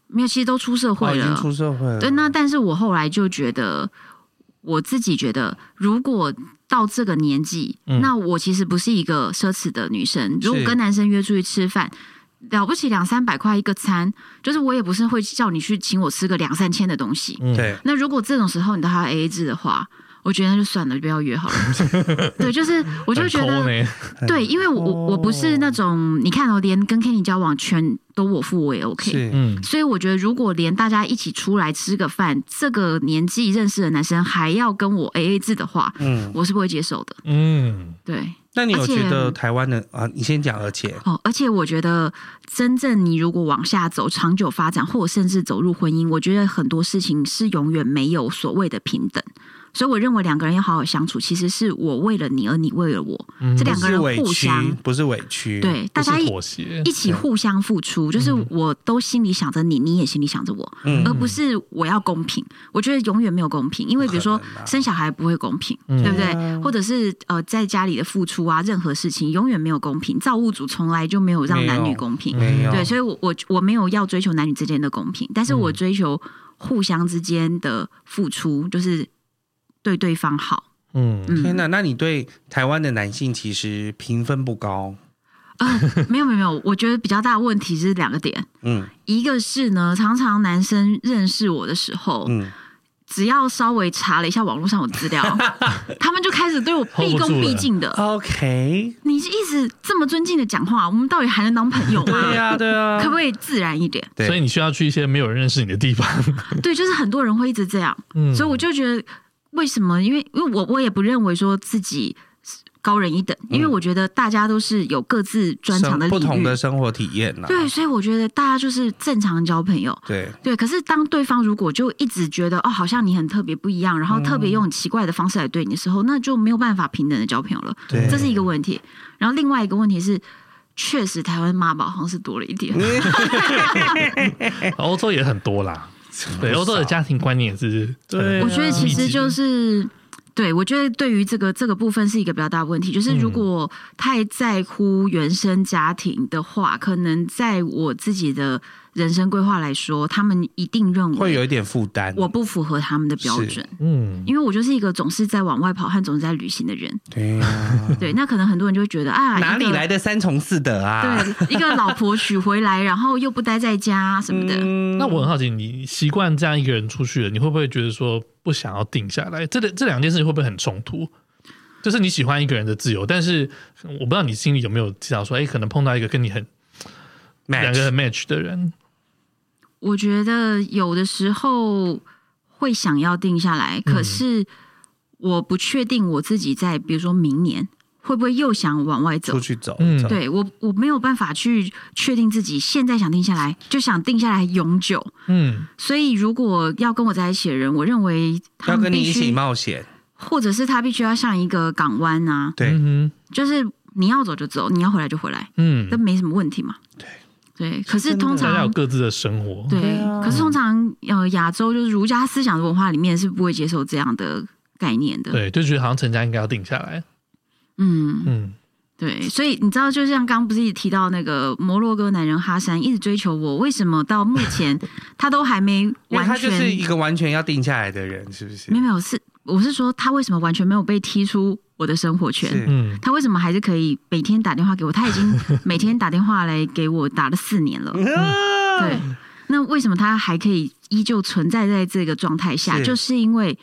Speaker 3: 没有，其实都出社
Speaker 2: 哦
Speaker 3: 会
Speaker 2: 已经
Speaker 3: 了，
Speaker 2: 出社会了，
Speaker 3: 对，
Speaker 1: 嗯
Speaker 3: 那但是我后来就觉得，我自己觉得，如果到这个年纪，
Speaker 1: 嗯
Speaker 3: 那我其实不是一个奢侈的女生。
Speaker 2: 是
Speaker 3: 如果跟男生约出去吃饭，了不起两三百块一个餐，就是我也不是会叫你去请我吃个两三千的东西。
Speaker 1: 嗯，
Speaker 2: 对，
Speaker 3: 那如果这种时候你都还要 A A 制的话，我觉得那就算了，就不要约好了。 <laughs>
Speaker 1: <laughs>
Speaker 3: 对，就是我就觉
Speaker 1: 很抠
Speaker 3: 得， <laughs>
Speaker 1: 呢，
Speaker 3: 对，因为我我我不是那种你看哦，连跟 Kenny 交往全都我付，我也 OK。
Speaker 2: 是
Speaker 1: 嗯，
Speaker 3: 所以我觉得，如果连大家一起出来吃个饭，这个年纪认识的男生还要跟我 A A 制的话，
Speaker 2: 嗯，
Speaker 3: 我是不会接受的。
Speaker 1: 嗯，
Speaker 3: 对，
Speaker 2: 那你有
Speaker 3: 而且
Speaker 2: 觉得台湾的啊？你先讲，而且
Speaker 3: 哦，而且我觉得，真正你如果往下走，长久发展，或者甚至走入婚姻，我觉得很多事情是永远没有所谓的平等。所以我认为两个人要好好相处，其实是我为了你，而你为了我，这
Speaker 2: 不
Speaker 3: 两个
Speaker 2: 是
Speaker 3: 人
Speaker 2: 委
Speaker 3: 互
Speaker 2: 屈
Speaker 3: 相，
Speaker 2: 不是委屈，
Speaker 3: 对
Speaker 1: 不
Speaker 3: 大
Speaker 1: 是
Speaker 3: 家一
Speaker 1: 妥协
Speaker 3: 一。起互相付出，就是我都心里想着你，你也心里想着我，
Speaker 2: 嗯
Speaker 3: 而不是我要公平。我觉得永远没有公平，因为比如说
Speaker 2: 不可能啊
Speaker 3: 生小孩不会公平，
Speaker 1: 嗯
Speaker 3: 对不对？
Speaker 2: 对啊
Speaker 3: 或者是呃在家里的付出啊，任何事情永远没有公平。造物主从来就没有让男
Speaker 2: 没
Speaker 3: 女
Speaker 2: 有
Speaker 3: 公平，
Speaker 2: 没有嗯
Speaker 3: 对，所以我我我没有要追求男女之间的公平，但是我追求互相之间的付出，就是对对方好。
Speaker 1: 嗯，
Speaker 3: 嗯，
Speaker 2: 天哪，那你对台湾的男性其实评分不高，
Speaker 3: 啊，没有没有没有，我觉得比较大的问题是两个点。
Speaker 2: 嗯
Speaker 3: 一个是呢，常常男生认识我的时候，
Speaker 2: 嗯，
Speaker 3: 只要稍微查了一下网络上我资料，他们就开始对我
Speaker 1: Hold
Speaker 3: 毕
Speaker 1: 不住
Speaker 3: 恭
Speaker 1: 了
Speaker 3: 毕敬的。
Speaker 2: OK，
Speaker 3: 你是一直这么尊敬的讲话，我们到底还能当朋友吗？
Speaker 2: 对呀、对啊呀、
Speaker 3: 可不可以自然一点？
Speaker 2: 对
Speaker 1: 所以你需要去一些没有人认识你的地方。
Speaker 3: 对，就是很多人会一直这样，
Speaker 1: 嗯，
Speaker 3: 所以我就觉得为什么？因为因为我我也不认为说自己高人一等，因为我觉得大家都是有各自专长的
Speaker 2: 生不
Speaker 3: 领
Speaker 2: 同
Speaker 3: 域，
Speaker 2: 的生活体验啦、
Speaker 3: 对，所以我觉得大家就是正常交朋友。
Speaker 2: 对
Speaker 3: 对，可是当对方如果就一直觉得哦，好像你很特别不一样，然后
Speaker 2: 嗯
Speaker 3: 特别用很奇怪的方式来对你的时候，那就没有办法平等的交朋友了，
Speaker 2: 对，
Speaker 3: 这是一个问题。然后另外一个问题是，确实台湾妈宝好像是多了一点，
Speaker 2: 啊
Speaker 1: 欧洲也很多
Speaker 2: <laughs>
Speaker 1: 啦。对，
Speaker 2: 不
Speaker 1: 欧洲的
Speaker 2: 少
Speaker 1: 家庭观念也是，
Speaker 2: 对啊
Speaker 3: 我觉得其实就是。对，我觉得对于这个这个部分是一个比较大的问题，就是
Speaker 2: 嗯
Speaker 3: 如果太在乎原生家庭的话，可能在我自己的人生规划来说，他们一定认
Speaker 2: 会
Speaker 3: 为
Speaker 2: 有一点负担，
Speaker 3: 我不符合他们的标
Speaker 2: 是
Speaker 3: 准。
Speaker 1: 嗯，
Speaker 3: 因为我就是一个总是在往外跑和总是在旅行的人，
Speaker 2: 对呀、
Speaker 3: 对，那可能很多人就会觉得啊，
Speaker 2: 哪里
Speaker 3: 一个
Speaker 2: 来？的三从四德啊？
Speaker 3: <laughs> 对，一个老婆娶回来，然后又不待在家什么的，
Speaker 2: 嗯
Speaker 1: 那我很好奇，你习惯这样一个人出去了，你会不会觉得说不想要定下来？这两这两件事情会不会很冲突？就是你喜欢一个人的自由，但是我不知道你心里有没有知道说，哎、可能碰到一个跟你很两个
Speaker 2: match
Speaker 1: 很 match 的人，
Speaker 3: 我觉得有的时候会想要定下来，
Speaker 2: 嗯
Speaker 3: 可是我不确定我自己在，比如说明年会不会又想往外走
Speaker 2: 出。去走，
Speaker 1: 嗯
Speaker 2: 走
Speaker 3: 对我，我没有办法去确定自己现在想定下来，就想定下来永久。
Speaker 1: 嗯，
Speaker 3: 所以，如果要跟我在一起的人，我认为他
Speaker 2: 要
Speaker 3: 们
Speaker 2: 跟你
Speaker 3: 必
Speaker 2: 一起
Speaker 3: 须
Speaker 2: 冒险，
Speaker 3: 或者是他必须要像一个港湾啊，
Speaker 2: 对
Speaker 1: 嗯
Speaker 3: 就是你要走就走，你要回来就回来，
Speaker 1: 哼
Speaker 3: 这
Speaker 1: 嗯，
Speaker 3: 没什么问题嘛。
Speaker 2: 对
Speaker 3: 对，可是
Speaker 2: 真的
Speaker 3: 通
Speaker 1: 大家有
Speaker 3: 常
Speaker 1: 各自的生活，
Speaker 3: 对
Speaker 2: 对啊，
Speaker 3: 可是通常呃，亚洲就是儒家思想的文化里面是不会接受这样的概念的。
Speaker 1: 对，就觉得好像成家应该要定下来，
Speaker 3: 嗯，
Speaker 1: 嗯，
Speaker 3: 对，所以你知道，就像刚刚不是一直提到那个摩洛哥男人哈山一直追求我，为什么到目前他都还没
Speaker 2: 因为他
Speaker 3: 完
Speaker 2: 就
Speaker 3: 全
Speaker 2: 是一个完全要定下来的人，是不是
Speaker 3: 没？有没有是我是说他为什么完全没有被踢出我的生活圈？
Speaker 2: 是
Speaker 1: 嗯，
Speaker 3: 他为什么还是可以每天打电话给我？他已经每天打电话来给我打了四年了。
Speaker 2: 嗯
Speaker 3: 对，那为什么他还可以依旧存在在这个状态下？
Speaker 2: 是
Speaker 3: 就是因为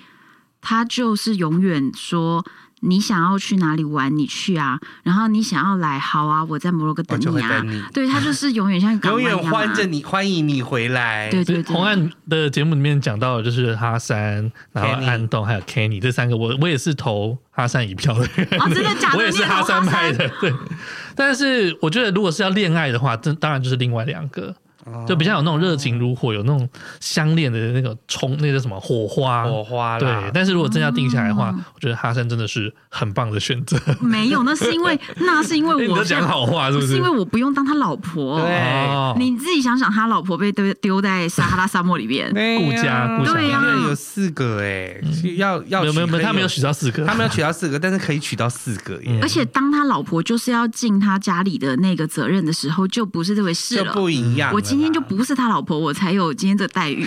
Speaker 3: 他就是永远说你想要去哪里玩，你去啊，然后你想要来，好啊，我在摩洛哥
Speaker 2: 我
Speaker 3: 等
Speaker 2: 哦就会
Speaker 3: 你啊
Speaker 2: 等。你，
Speaker 3: 对他就是永远像港
Speaker 2: 永
Speaker 3: 湾一
Speaker 2: 远
Speaker 3: 样、啊，
Speaker 2: 欢着你，欢迎你回来。
Speaker 3: 对
Speaker 1: 所以
Speaker 3: 对
Speaker 1: <laughs> 红
Speaker 3: 对，
Speaker 1: 岸的节目里面讲到，的就是哈山，然后
Speaker 2: Kenny
Speaker 1: 安栋还有 Kenny 这三个，我我也是投哈山一票的人，
Speaker 3: 哦真的假
Speaker 1: <laughs>
Speaker 3: 的
Speaker 1: 我也是哈山派的，对。但是我觉得，如果是要恋爱的话，这当然就是另外两个，就比较有那种热情如火，有那种相恋的那个冲，那个叫什么火花。
Speaker 2: 火花啦
Speaker 1: 对，，但是如果真要定下来的话，我觉得哈山真的是很棒的选择。
Speaker 3: 没有，那是因为那是因为
Speaker 1: <laughs> 你都
Speaker 3: 我
Speaker 1: 讲好话是不
Speaker 3: 是
Speaker 1: 是
Speaker 3: 因？为我不用当他老婆。
Speaker 2: 对
Speaker 1: 哦
Speaker 3: 你自己想想，他老婆被丢丢在撒哈拉沙漠里面，
Speaker 2: 对
Speaker 1: 顾家顾
Speaker 3: 小对
Speaker 2: 一
Speaker 3: 呀
Speaker 2: 个人有四个哎，是要要
Speaker 1: 没有没有
Speaker 2: 娶
Speaker 1: 没
Speaker 2: 可
Speaker 1: 有，
Speaker 2: 以
Speaker 1: 他没有许到四个，
Speaker 2: 他没有娶到四个，但是可以娶到四个耶
Speaker 1: 嗯，
Speaker 3: 而且当他老婆就是要尽他家里的那个责任的时候，就不是这回事
Speaker 2: 就
Speaker 3: 了。
Speaker 2: 不一样了啦。
Speaker 3: 我今天就不是他老婆，我才有今天这待遇，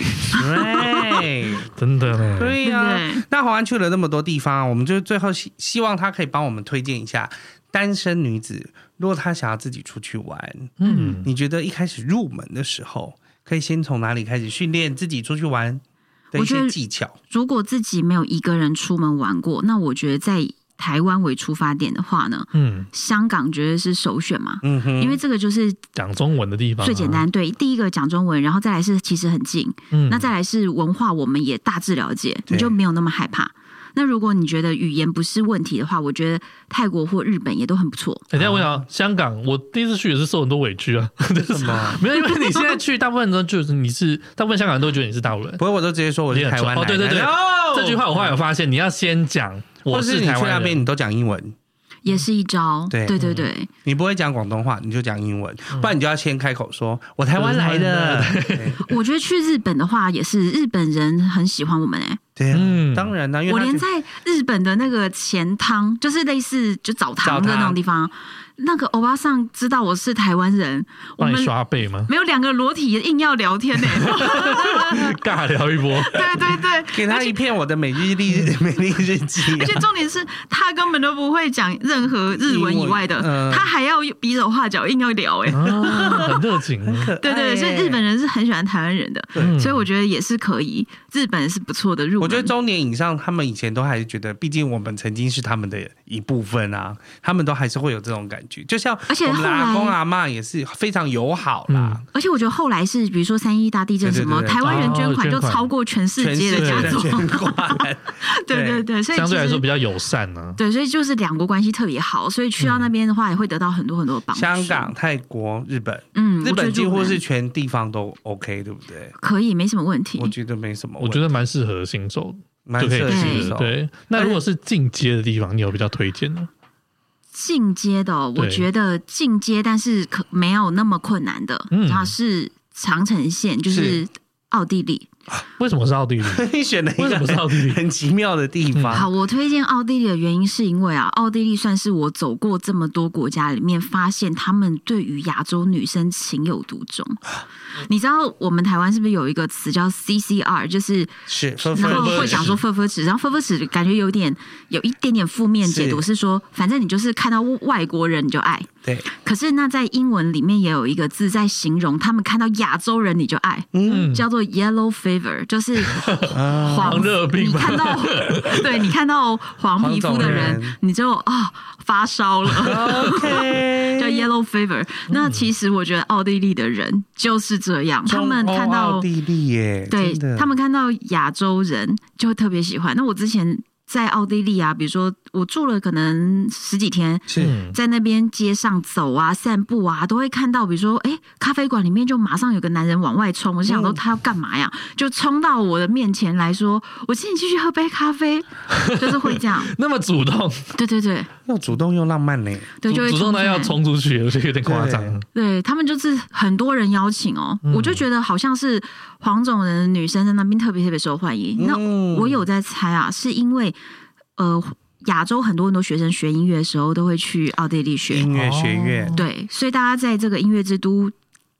Speaker 2: 对
Speaker 1: 真的呢。
Speaker 2: 对啊
Speaker 3: 对不
Speaker 2: 呀、
Speaker 3: 对？
Speaker 2: 那黄安去了那么多地方，我们就最后希希望他可以帮我们推荐一下单身女子，如果她想要自己出去玩，
Speaker 1: 嗯，
Speaker 2: 你觉得一开始入门的时候，可以先从哪里开始训练自己出去玩的一
Speaker 3: 我觉
Speaker 2: 些
Speaker 3: 得
Speaker 2: 技巧？
Speaker 3: 如果自己没有一个人出门玩过，那我觉得在台湾为出发点的话呢，
Speaker 1: 嗯，
Speaker 3: 香港绝对是首选嘛，
Speaker 2: 嗯哼，
Speaker 3: 因为这个就是
Speaker 1: 讲中文的地方、啊、
Speaker 3: 最简。单。对，第一个讲中文，然后再来是其实很近，
Speaker 1: 嗯
Speaker 3: 那再来是文化，我们也大致了解，
Speaker 2: 对
Speaker 3: 你就没有那么害怕。那如果你觉得语言不是问题的话，我觉得泰国或日本也都很不错。
Speaker 1: 哎，等一下我想
Speaker 2: 哦
Speaker 1: 香港，我第一次去也是受很多委屈
Speaker 2: <laughs>
Speaker 1: 啊，
Speaker 2: 什么？
Speaker 1: 没有，因为你现在去，大部分都就是你是，大部分香港人都觉得你是大陆人，
Speaker 2: 不会，我都直接说我
Speaker 1: 你
Speaker 2: 是
Speaker 1: 很
Speaker 2: 台湾
Speaker 1: 哦，对对对，这句话我后来有发现，你要先讲
Speaker 2: 或
Speaker 1: 我
Speaker 2: 哦是你去
Speaker 1: 台
Speaker 2: 那
Speaker 1: 湾
Speaker 2: 边
Speaker 1: 人，
Speaker 2: 你都讲英文，
Speaker 3: 也是一招，
Speaker 2: 嗯对
Speaker 3: 对对对，
Speaker 2: 你不会讲广东话，你就讲英文，不然你就要先开口说“我台湾来
Speaker 1: 我
Speaker 2: 的
Speaker 1: 是”
Speaker 2: 对。
Speaker 3: 我觉得去日本的话，也是日本人很喜欢我们哎、
Speaker 2: 对啊，
Speaker 1: 嗯
Speaker 2: 当然啦，因为
Speaker 3: 我
Speaker 2: 他
Speaker 3: 连
Speaker 2: 去
Speaker 3: 在日本的那个钱汤，就是类似就澡堂
Speaker 2: 澡
Speaker 3: 的
Speaker 2: 堂
Speaker 3: 那种地方，那个欧巴桑知道我是台湾人，我
Speaker 1: 帮
Speaker 3: 们
Speaker 1: 你刷背吗？
Speaker 3: 没有两个裸体硬要聊天呢、
Speaker 1: <laughs> 尬聊一
Speaker 2: <laughs>
Speaker 1: 波，
Speaker 3: <laughs> 对对对，
Speaker 2: 给他一片我的美丽
Speaker 3: <laughs>
Speaker 2: 日美丽日记啊
Speaker 3: 嗯而且重点是他根本都不会讲任何日文以外的，
Speaker 2: 英文嗯嗯
Speaker 3: 他还要比手画脚硬要聊哎、
Speaker 1: 啊，很热情，啊
Speaker 3: 对对，所以日本。
Speaker 2: 可爱耶
Speaker 3: 人是很喜欢台湾人的，
Speaker 1: 嗯
Speaker 3: 所以我觉得也是可以，日本是不错的入门。
Speaker 2: 我觉得中年以上，他们以前都还是觉得，毕竟我们曾经是他们的一部分啊，他们都还是会有这种感觉。就像
Speaker 3: 而且
Speaker 2: 我们的
Speaker 3: 后来嗯
Speaker 2: 阿公阿妈也是非常友好啦，
Speaker 3: 而且我觉得后来是，比如说三一大地震什么，
Speaker 2: 对对对对
Speaker 3: 台湾人捐款
Speaker 1: 哦捐
Speaker 3: 就
Speaker 1: 款
Speaker 3: 超过全世
Speaker 2: 全
Speaker 3: 界
Speaker 2: 世
Speaker 3: 的
Speaker 2: 界
Speaker 3: 家
Speaker 2: 的
Speaker 3: 族，
Speaker 2: 全挂人
Speaker 3: <laughs> 对对对，所以
Speaker 1: 相
Speaker 3: 其
Speaker 1: 对来说
Speaker 3: 实
Speaker 1: 比较友善啊呢。
Speaker 3: 对，所以就是两国关系特别好，所以去到那边的话也会得到很多很多帮
Speaker 2: 嗯
Speaker 3: 助。
Speaker 2: 香港、，泰国、日本，
Speaker 3: 嗯，
Speaker 2: 日
Speaker 3: 我觉得
Speaker 2: 本几乎是
Speaker 3: 入门
Speaker 2: 全地方都 OK，对不对？
Speaker 3: 可以，没什么问题
Speaker 2: 我。觉得没什么问
Speaker 1: 我
Speaker 2: 题，
Speaker 1: 觉得蛮适合新手
Speaker 2: 蛮
Speaker 1: 就可以
Speaker 2: 适合哦
Speaker 3: 去
Speaker 2: 新
Speaker 1: 去
Speaker 2: 手
Speaker 1: 的。。对，那如果是进阶的地方，你有比较推荐的？
Speaker 3: 进阶的哦，我
Speaker 1: 对
Speaker 3: 觉得进阶，但是可没有那么困难的，
Speaker 1: 嗯
Speaker 3: 然后是长城线，就是
Speaker 2: 是
Speaker 3: 奥地利。
Speaker 1: 为什么是奥地利？
Speaker 2: 你 <laughs> 选了一
Speaker 1: 为什么是
Speaker 2: 个
Speaker 1: 奥地利？
Speaker 2: 很奇妙的地
Speaker 1: 啊
Speaker 3: 嗯好，
Speaker 2: 方，
Speaker 3: 我推荐奥地利的原因是因为啊，奥地利算是我走过这么多国家里面，发现他们对于亚洲女生情有独钟。
Speaker 1: 啊
Speaker 3: 你知道我们台湾是不是有一个词叫 CCR，就是
Speaker 2: 是分
Speaker 3: 然
Speaker 2: 分
Speaker 3: 后会
Speaker 1: 分
Speaker 3: 讲说“分分尺”，然后“分分尺”感觉有点有一点点负面解读，
Speaker 2: 是
Speaker 3: 是说反正你就是看到外国人你就爱。
Speaker 2: 对，
Speaker 3: 可是那在英文里面也有一个字在形容他们看到亚洲人你就爱，
Speaker 1: 嗯，
Speaker 3: 叫做 yellow fever，就是
Speaker 2: 啊
Speaker 1: 黄
Speaker 3: 黄
Speaker 1: 热病
Speaker 3: 你
Speaker 1: 吧
Speaker 3: 看到，对你看到黄皮肤
Speaker 2: 黄种
Speaker 3: 的人
Speaker 2: 人，
Speaker 3: 你就啊、发烧了。
Speaker 2: OK，
Speaker 3: 叫 yellow fever，那其实我觉得奥地利的人就是这样，他们
Speaker 2: 中欧
Speaker 3: 看
Speaker 2: 奥
Speaker 3: 到
Speaker 2: 啊地利耶，
Speaker 3: 对
Speaker 2: 真的
Speaker 3: 他们看到亚洲人就会特别喜欢。那我之前在奥地利啊，比如说我住了可能十几天，
Speaker 2: 是
Speaker 1: 嗯
Speaker 3: 在那边街上走啊、散步啊，都会看到，比如说，哎，咖啡馆里面就马上有个男人往外冲，我就
Speaker 1: 哦
Speaker 3: 想说他要干嘛呀？就冲到我的面前来说：“我请你继续喝杯咖啡。”就是会这样，
Speaker 1: 那么主动，
Speaker 3: 对对对
Speaker 2: 又主动又浪漫呢，
Speaker 3: 对，就会
Speaker 1: 主动到
Speaker 3: 进
Speaker 1: 要
Speaker 3: 来
Speaker 1: 冲出去，我觉得有点夸张。
Speaker 3: 对他们就是很多人邀请哦，我就觉得好像是黄种人的女生在那边特别特别受欢迎。那
Speaker 2: 嗯
Speaker 3: 我有在猜啊，是因为呃，亚洲很多很多学生学音乐的时候都会去奥地利学，
Speaker 2: 音乐学院
Speaker 1: 哦，
Speaker 3: 对，所以大家在这个音乐之都。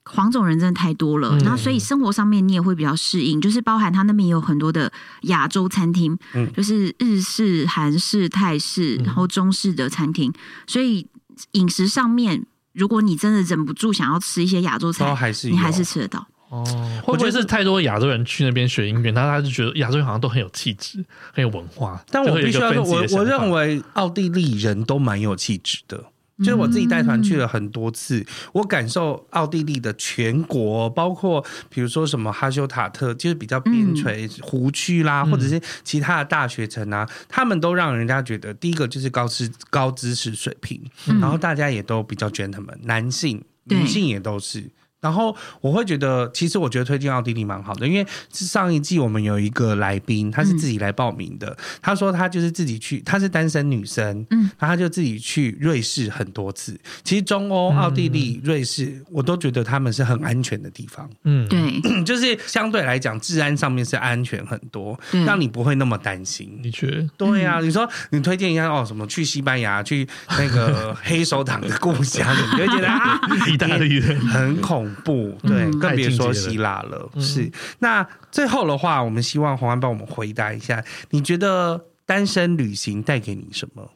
Speaker 3: 黄种人真的太多了，
Speaker 1: 嗯
Speaker 3: 然后所以生活上面你也会比较适应，就是包含他那边也有很多的亚洲餐厅，
Speaker 2: 嗯
Speaker 3: 就是日式、韩式、泰式，
Speaker 1: 嗯
Speaker 3: 然后中式的餐厅，所以饮食上面，如果你真的忍不住想要吃一些亚洲
Speaker 2: 都
Speaker 3: 菜，
Speaker 2: 还是有
Speaker 3: 你还是吃得到。
Speaker 1: 哦，会不会是太多亚洲人去那边学音乐，然后他就觉得亚洲人好像都很有气质，很有文化。
Speaker 2: 但我必须要说，我我认
Speaker 1: 为
Speaker 2: 为奥地利人都蛮有气质的。
Speaker 3: 嗯
Speaker 2: 就是我自己带团去了很多次，我感受奥地利的全国，包括比如说什么哈修塔特，就是比较
Speaker 3: 嗯
Speaker 2: 边陲湖区啦，或者是其他的大学城啊，他们都让人家觉得，第一个就是高知高知识水平，
Speaker 3: 嗯
Speaker 2: 然后大家也都比较 gentleman，男性、
Speaker 3: 对
Speaker 2: 女性也都是。然后我会觉得，其实我觉得推荐奥地利蛮好的，因为上一季我们有一个来宾，他是
Speaker 3: 嗯
Speaker 2: 自己来报名的，他说他就是自己去，他是单身女生，
Speaker 3: 嗯
Speaker 2: 嗯，然后他就自己去瑞士很多次。其实中欧、奥地利、瑞士，我都觉得他们是很安全的地方， <clears throat>
Speaker 1: 嗯，
Speaker 3: 对
Speaker 2: 就是相对来讲，治安上面是安全很多，
Speaker 3: 对，
Speaker 2: 让你不会那么担心。
Speaker 1: 的确，
Speaker 3: <laughs>
Speaker 2: 对啊，你说你推荐一下哦，什么去西班牙，去那个黑手党的故乡，你就会觉得啊，
Speaker 1: 意大利人
Speaker 2: 很恐怖，对，
Speaker 3: 嗯
Speaker 2: 更别
Speaker 1: 嗯
Speaker 2: 说
Speaker 1: 太境界了
Speaker 2: 希腊了。
Speaker 1: 嗯
Speaker 2: 是，那最后的话，我们希望黄安帮我们回答一下，你觉得单身旅行带给你什么？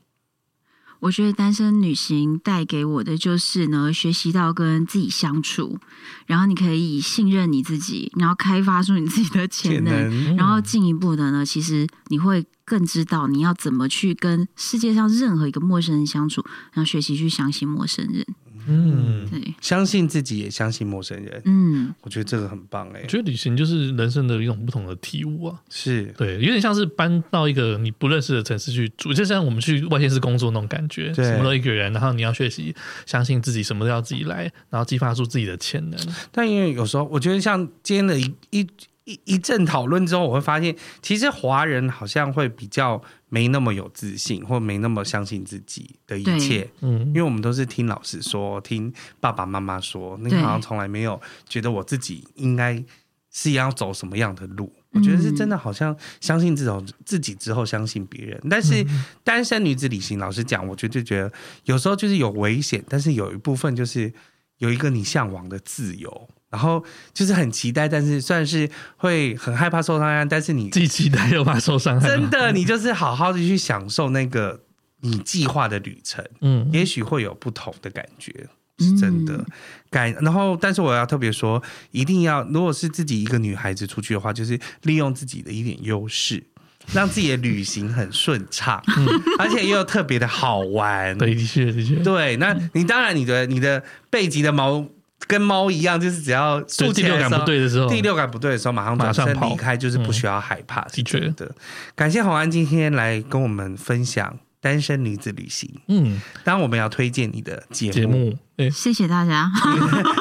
Speaker 3: 我觉得单身旅行带给我的就是呢，学习到跟自己相处，然后你可以信任你自己，然后开发出你自己的潜能，
Speaker 2: 能
Speaker 3: <laughs> 然后进一步的呢，其实你会更知道你要怎么去跟世界上任何一个陌生人相处，然后学习去相信陌生人。
Speaker 2: 嗯，
Speaker 3: 对，
Speaker 2: 相信自己，也相信陌生人，
Speaker 3: 嗯，
Speaker 2: 我觉得这个很棒哎、
Speaker 1: 我觉得旅行就是人生的一种不同的体悟啊。
Speaker 2: 是，
Speaker 1: 对，有点像是搬到一个你不认识的城市去住，就像我们去外县市工作那种感觉，
Speaker 2: 对
Speaker 1: 什么都一个人，然后你要学习相信自己，什么都要自己来，然后激发出自己的潜能。
Speaker 2: 但因为有时候我觉得像今天的一一一一阵讨论之后，我会发现，其实华人好像会比较没那么有自信，或没那么相信自己的一切。因
Speaker 1: 嗯，
Speaker 2: 为我们都是听老师说，听爸爸妈妈说，你
Speaker 3: 对
Speaker 2: 好像从来没有觉得我自己应该是要走什么样的路。我觉得是真的，好像相信这种自己之后相信别人。但是单身女子旅行，老实讲，我觉得就觉得有时候就是有危险，但是有一部分就是有一个你向往的自由，然后就是很期待，但是虽然是会很害怕受伤啊害，但是你
Speaker 1: 既期待又怕受伤害
Speaker 2: 真
Speaker 1: 吗。
Speaker 2: 的你就是好好的去享受那个你计划的旅程。
Speaker 1: 嗯，
Speaker 2: 也许会有不同的感觉， <laughs> 是真的
Speaker 3: 嗯
Speaker 2: 感。然后，但是我要特别说，一定要如果是自己一个女孩子出去的话，就是利用自己的一点
Speaker 1: <laughs>
Speaker 2: 优势。让自己的旅行很顺畅，而且又特别的好玩。
Speaker 1: 嗯 <laughs> 对，的确的确，
Speaker 2: 对，那你当然你的你的背脊的毛跟猫一样，就是只要
Speaker 1: 对
Speaker 2: 竖
Speaker 1: 第
Speaker 2: 起来
Speaker 1: 六
Speaker 2: 的
Speaker 1: 感
Speaker 2: 时候
Speaker 1: 不对的时候，
Speaker 2: 啊第六感不对的时候，马上转
Speaker 1: 马
Speaker 2: 身
Speaker 1: 上跑
Speaker 2: 离开，就是不需要害怕。是
Speaker 1: 的确
Speaker 2: 真的，感谢红安今天来跟我们分享单身女子旅行。
Speaker 1: 嗯，
Speaker 2: 当然我们要推荐你的节目，
Speaker 1: 节目，哎，
Speaker 3: 谢谢大家。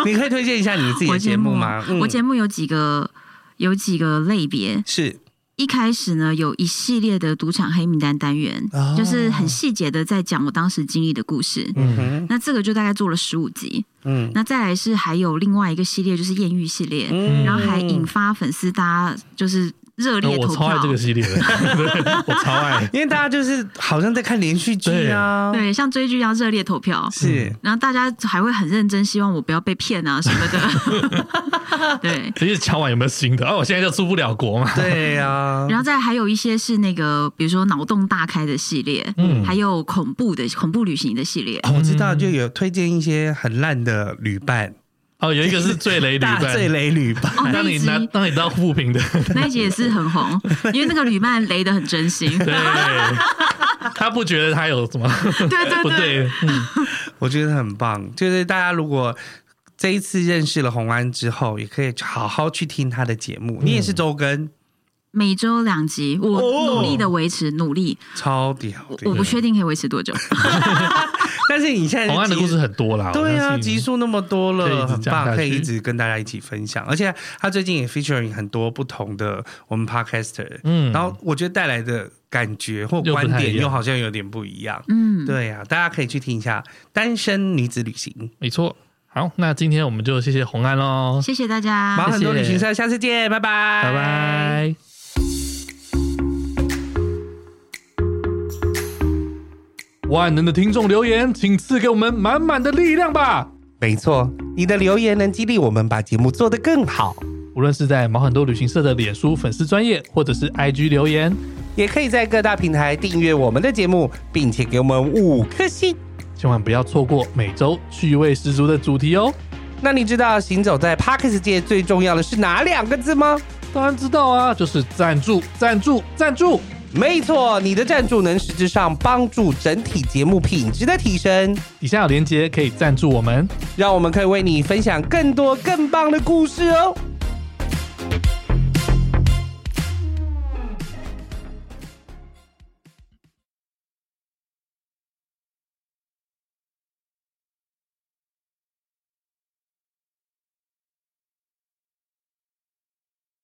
Speaker 2: 你可以推荐一下你自己
Speaker 3: 我
Speaker 2: 的节目吗？嗯
Speaker 3: 我节目有几个有几个类别，
Speaker 2: 是
Speaker 3: 一开始呢有一系列的赌场黑名单单元，
Speaker 2: 哦
Speaker 3: 就是很细节的在讲我当时经历的故事。
Speaker 2: 嗯哼
Speaker 3: 那这个就大概做了十五集，
Speaker 2: 嗯
Speaker 3: 那再来是还有另外一个系列，就是艳遇系列，
Speaker 2: 嗯
Speaker 3: 然后还引发粉丝大家就是热烈
Speaker 1: 哦我
Speaker 3: 投
Speaker 1: 超
Speaker 3: 票
Speaker 1: 爱。这个系
Speaker 2: <laughs>
Speaker 1: 列的， <laughs> 对我超爱。
Speaker 2: 因为大家就是好像在看连续剧啊，
Speaker 3: 对，像追剧一样热烈投票，
Speaker 1: 嗯
Speaker 2: 是
Speaker 3: 然后大家还会很认真，希望我不要被骗啊什么的。
Speaker 1: <laughs>
Speaker 3: 对，
Speaker 1: 其实敲完有没有新的？哦，我现在就出不了国嘛。
Speaker 2: 对啊
Speaker 1: <laughs>
Speaker 2: 呀，
Speaker 3: 然后再还有一些是那个，比如说脑洞大开的系列，
Speaker 1: 嗯
Speaker 3: 还有恐怖的恐怖旅行的系
Speaker 1: <laughs>
Speaker 3: 列。
Speaker 2: 哦我知道，就有推荐一些很烂的旅伴，
Speaker 1: 哦，有一个是最雷旅
Speaker 2: <laughs> 大
Speaker 1: 伴，
Speaker 2: 醉雷旅
Speaker 1: <laughs>
Speaker 2: 伴，
Speaker 3: 哦，那
Speaker 1: 让
Speaker 3: 一
Speaker 1: 你拿
Speaker 3: 集
Speaker 1: 让你当副评的，
Speaker 3: <laughs> 那一集也是很
Speaker 1: <laughs>
Speaker 3: 红，因为那个吕曼雷的很真心。
Speaker 1: 对，他不觉得他有什么
Speaker 3: 对
Speaker 1: <laughs>
Speaker 3: 对
Speaker 1: 不
Speaker 3: 对，
Speaker 2: 哎
Speaker 1: 对，嗯，
Speaker 2: 我觉得很棒。就是大家如果这一次认识了红安之后，也可以好好去听他的节目。你也
Speaker 1: 嗯
Speaker 2: 是周更，
Speaker 3: 每周两集，我
Speaker 2: 哦
Speaker 3: 努力的维持，努力，
Speaker 2: 超屌
Speaker 3: 我我
Speaker 2: 的。
Speaker 3: 不确定可以维持多
Speaker 1: <laughs>
Speaker 3: 久。
Speaker 2: 但是你现在
Speaker 1: 红案的
Speaker 2: 集
Speaker 1: 故事很多啦。
Speaker 2: 对
Speaker 1: 我
Speaker 2: 啊，
Speaker 1: 相信
Speaker 2: 集数那么多
Speaker 1: 可以一
Speaker 2: 了，
Speaker 1: 直
Speaker 2: 很
Speaker 1: 讲
Speaker 2: 棒，
Speaker 1: 下
Speaker 2: 可以
Speaker 1: 去
Speaker 2: 一直跟大家一起分享。而且他最近也 featuring 很多不同的我们 podcaster，、
Speaker 1: 嗯，
Speaker 2: 然后我觉得带来的感觉或
Speaker 1: 又不
Speaker 2: 观
Speaker 1: 太
Speaker 2: 点
Speaker 1: 一样
Speaker 2: 又好像有点不一样。
Speaker 3: 嗯，
Speaker 2: 对啊，大家可以去听一下《单身女子旅行
Speaker 1: 没错。好，那今天我们就谢谢红案喽，
Speaker 3: 谢谢大》，家，
Speaker 2: 忙很多
Speaker 1: 谢谢
Speaker 2: 旅行社，下次见，拜拜，
Speaker 1: 拜拜。万能的听众留言，请赐给我们满满的力量吧！
Speaker 2: 没错，你的留言能激励我们把节目做得更好，
Speaker 1: 无论是在毛很多旅行社的脸书粉丝专业，或者是 IG 留言，
Speaker 2: 也可以在各大平台订阅我们的节目，并且给我们五颗星。
Speaker 1: 千万不要错过每周趣味十足的主题哦！
Speaker 2: 那你知道行走在 Parkes 界最重要的是哪两个字吗？
Speaker 1: 当然知道啊，就是赞助、赞助、赞助。
Speaker 2: 没错，你的赞助能实质上帮助整体节目品质的提升，
Speaker 1: 底下有链接可以赞助我们。
Speaker 2: 让我们可以为你分享更多更棒的故事哦。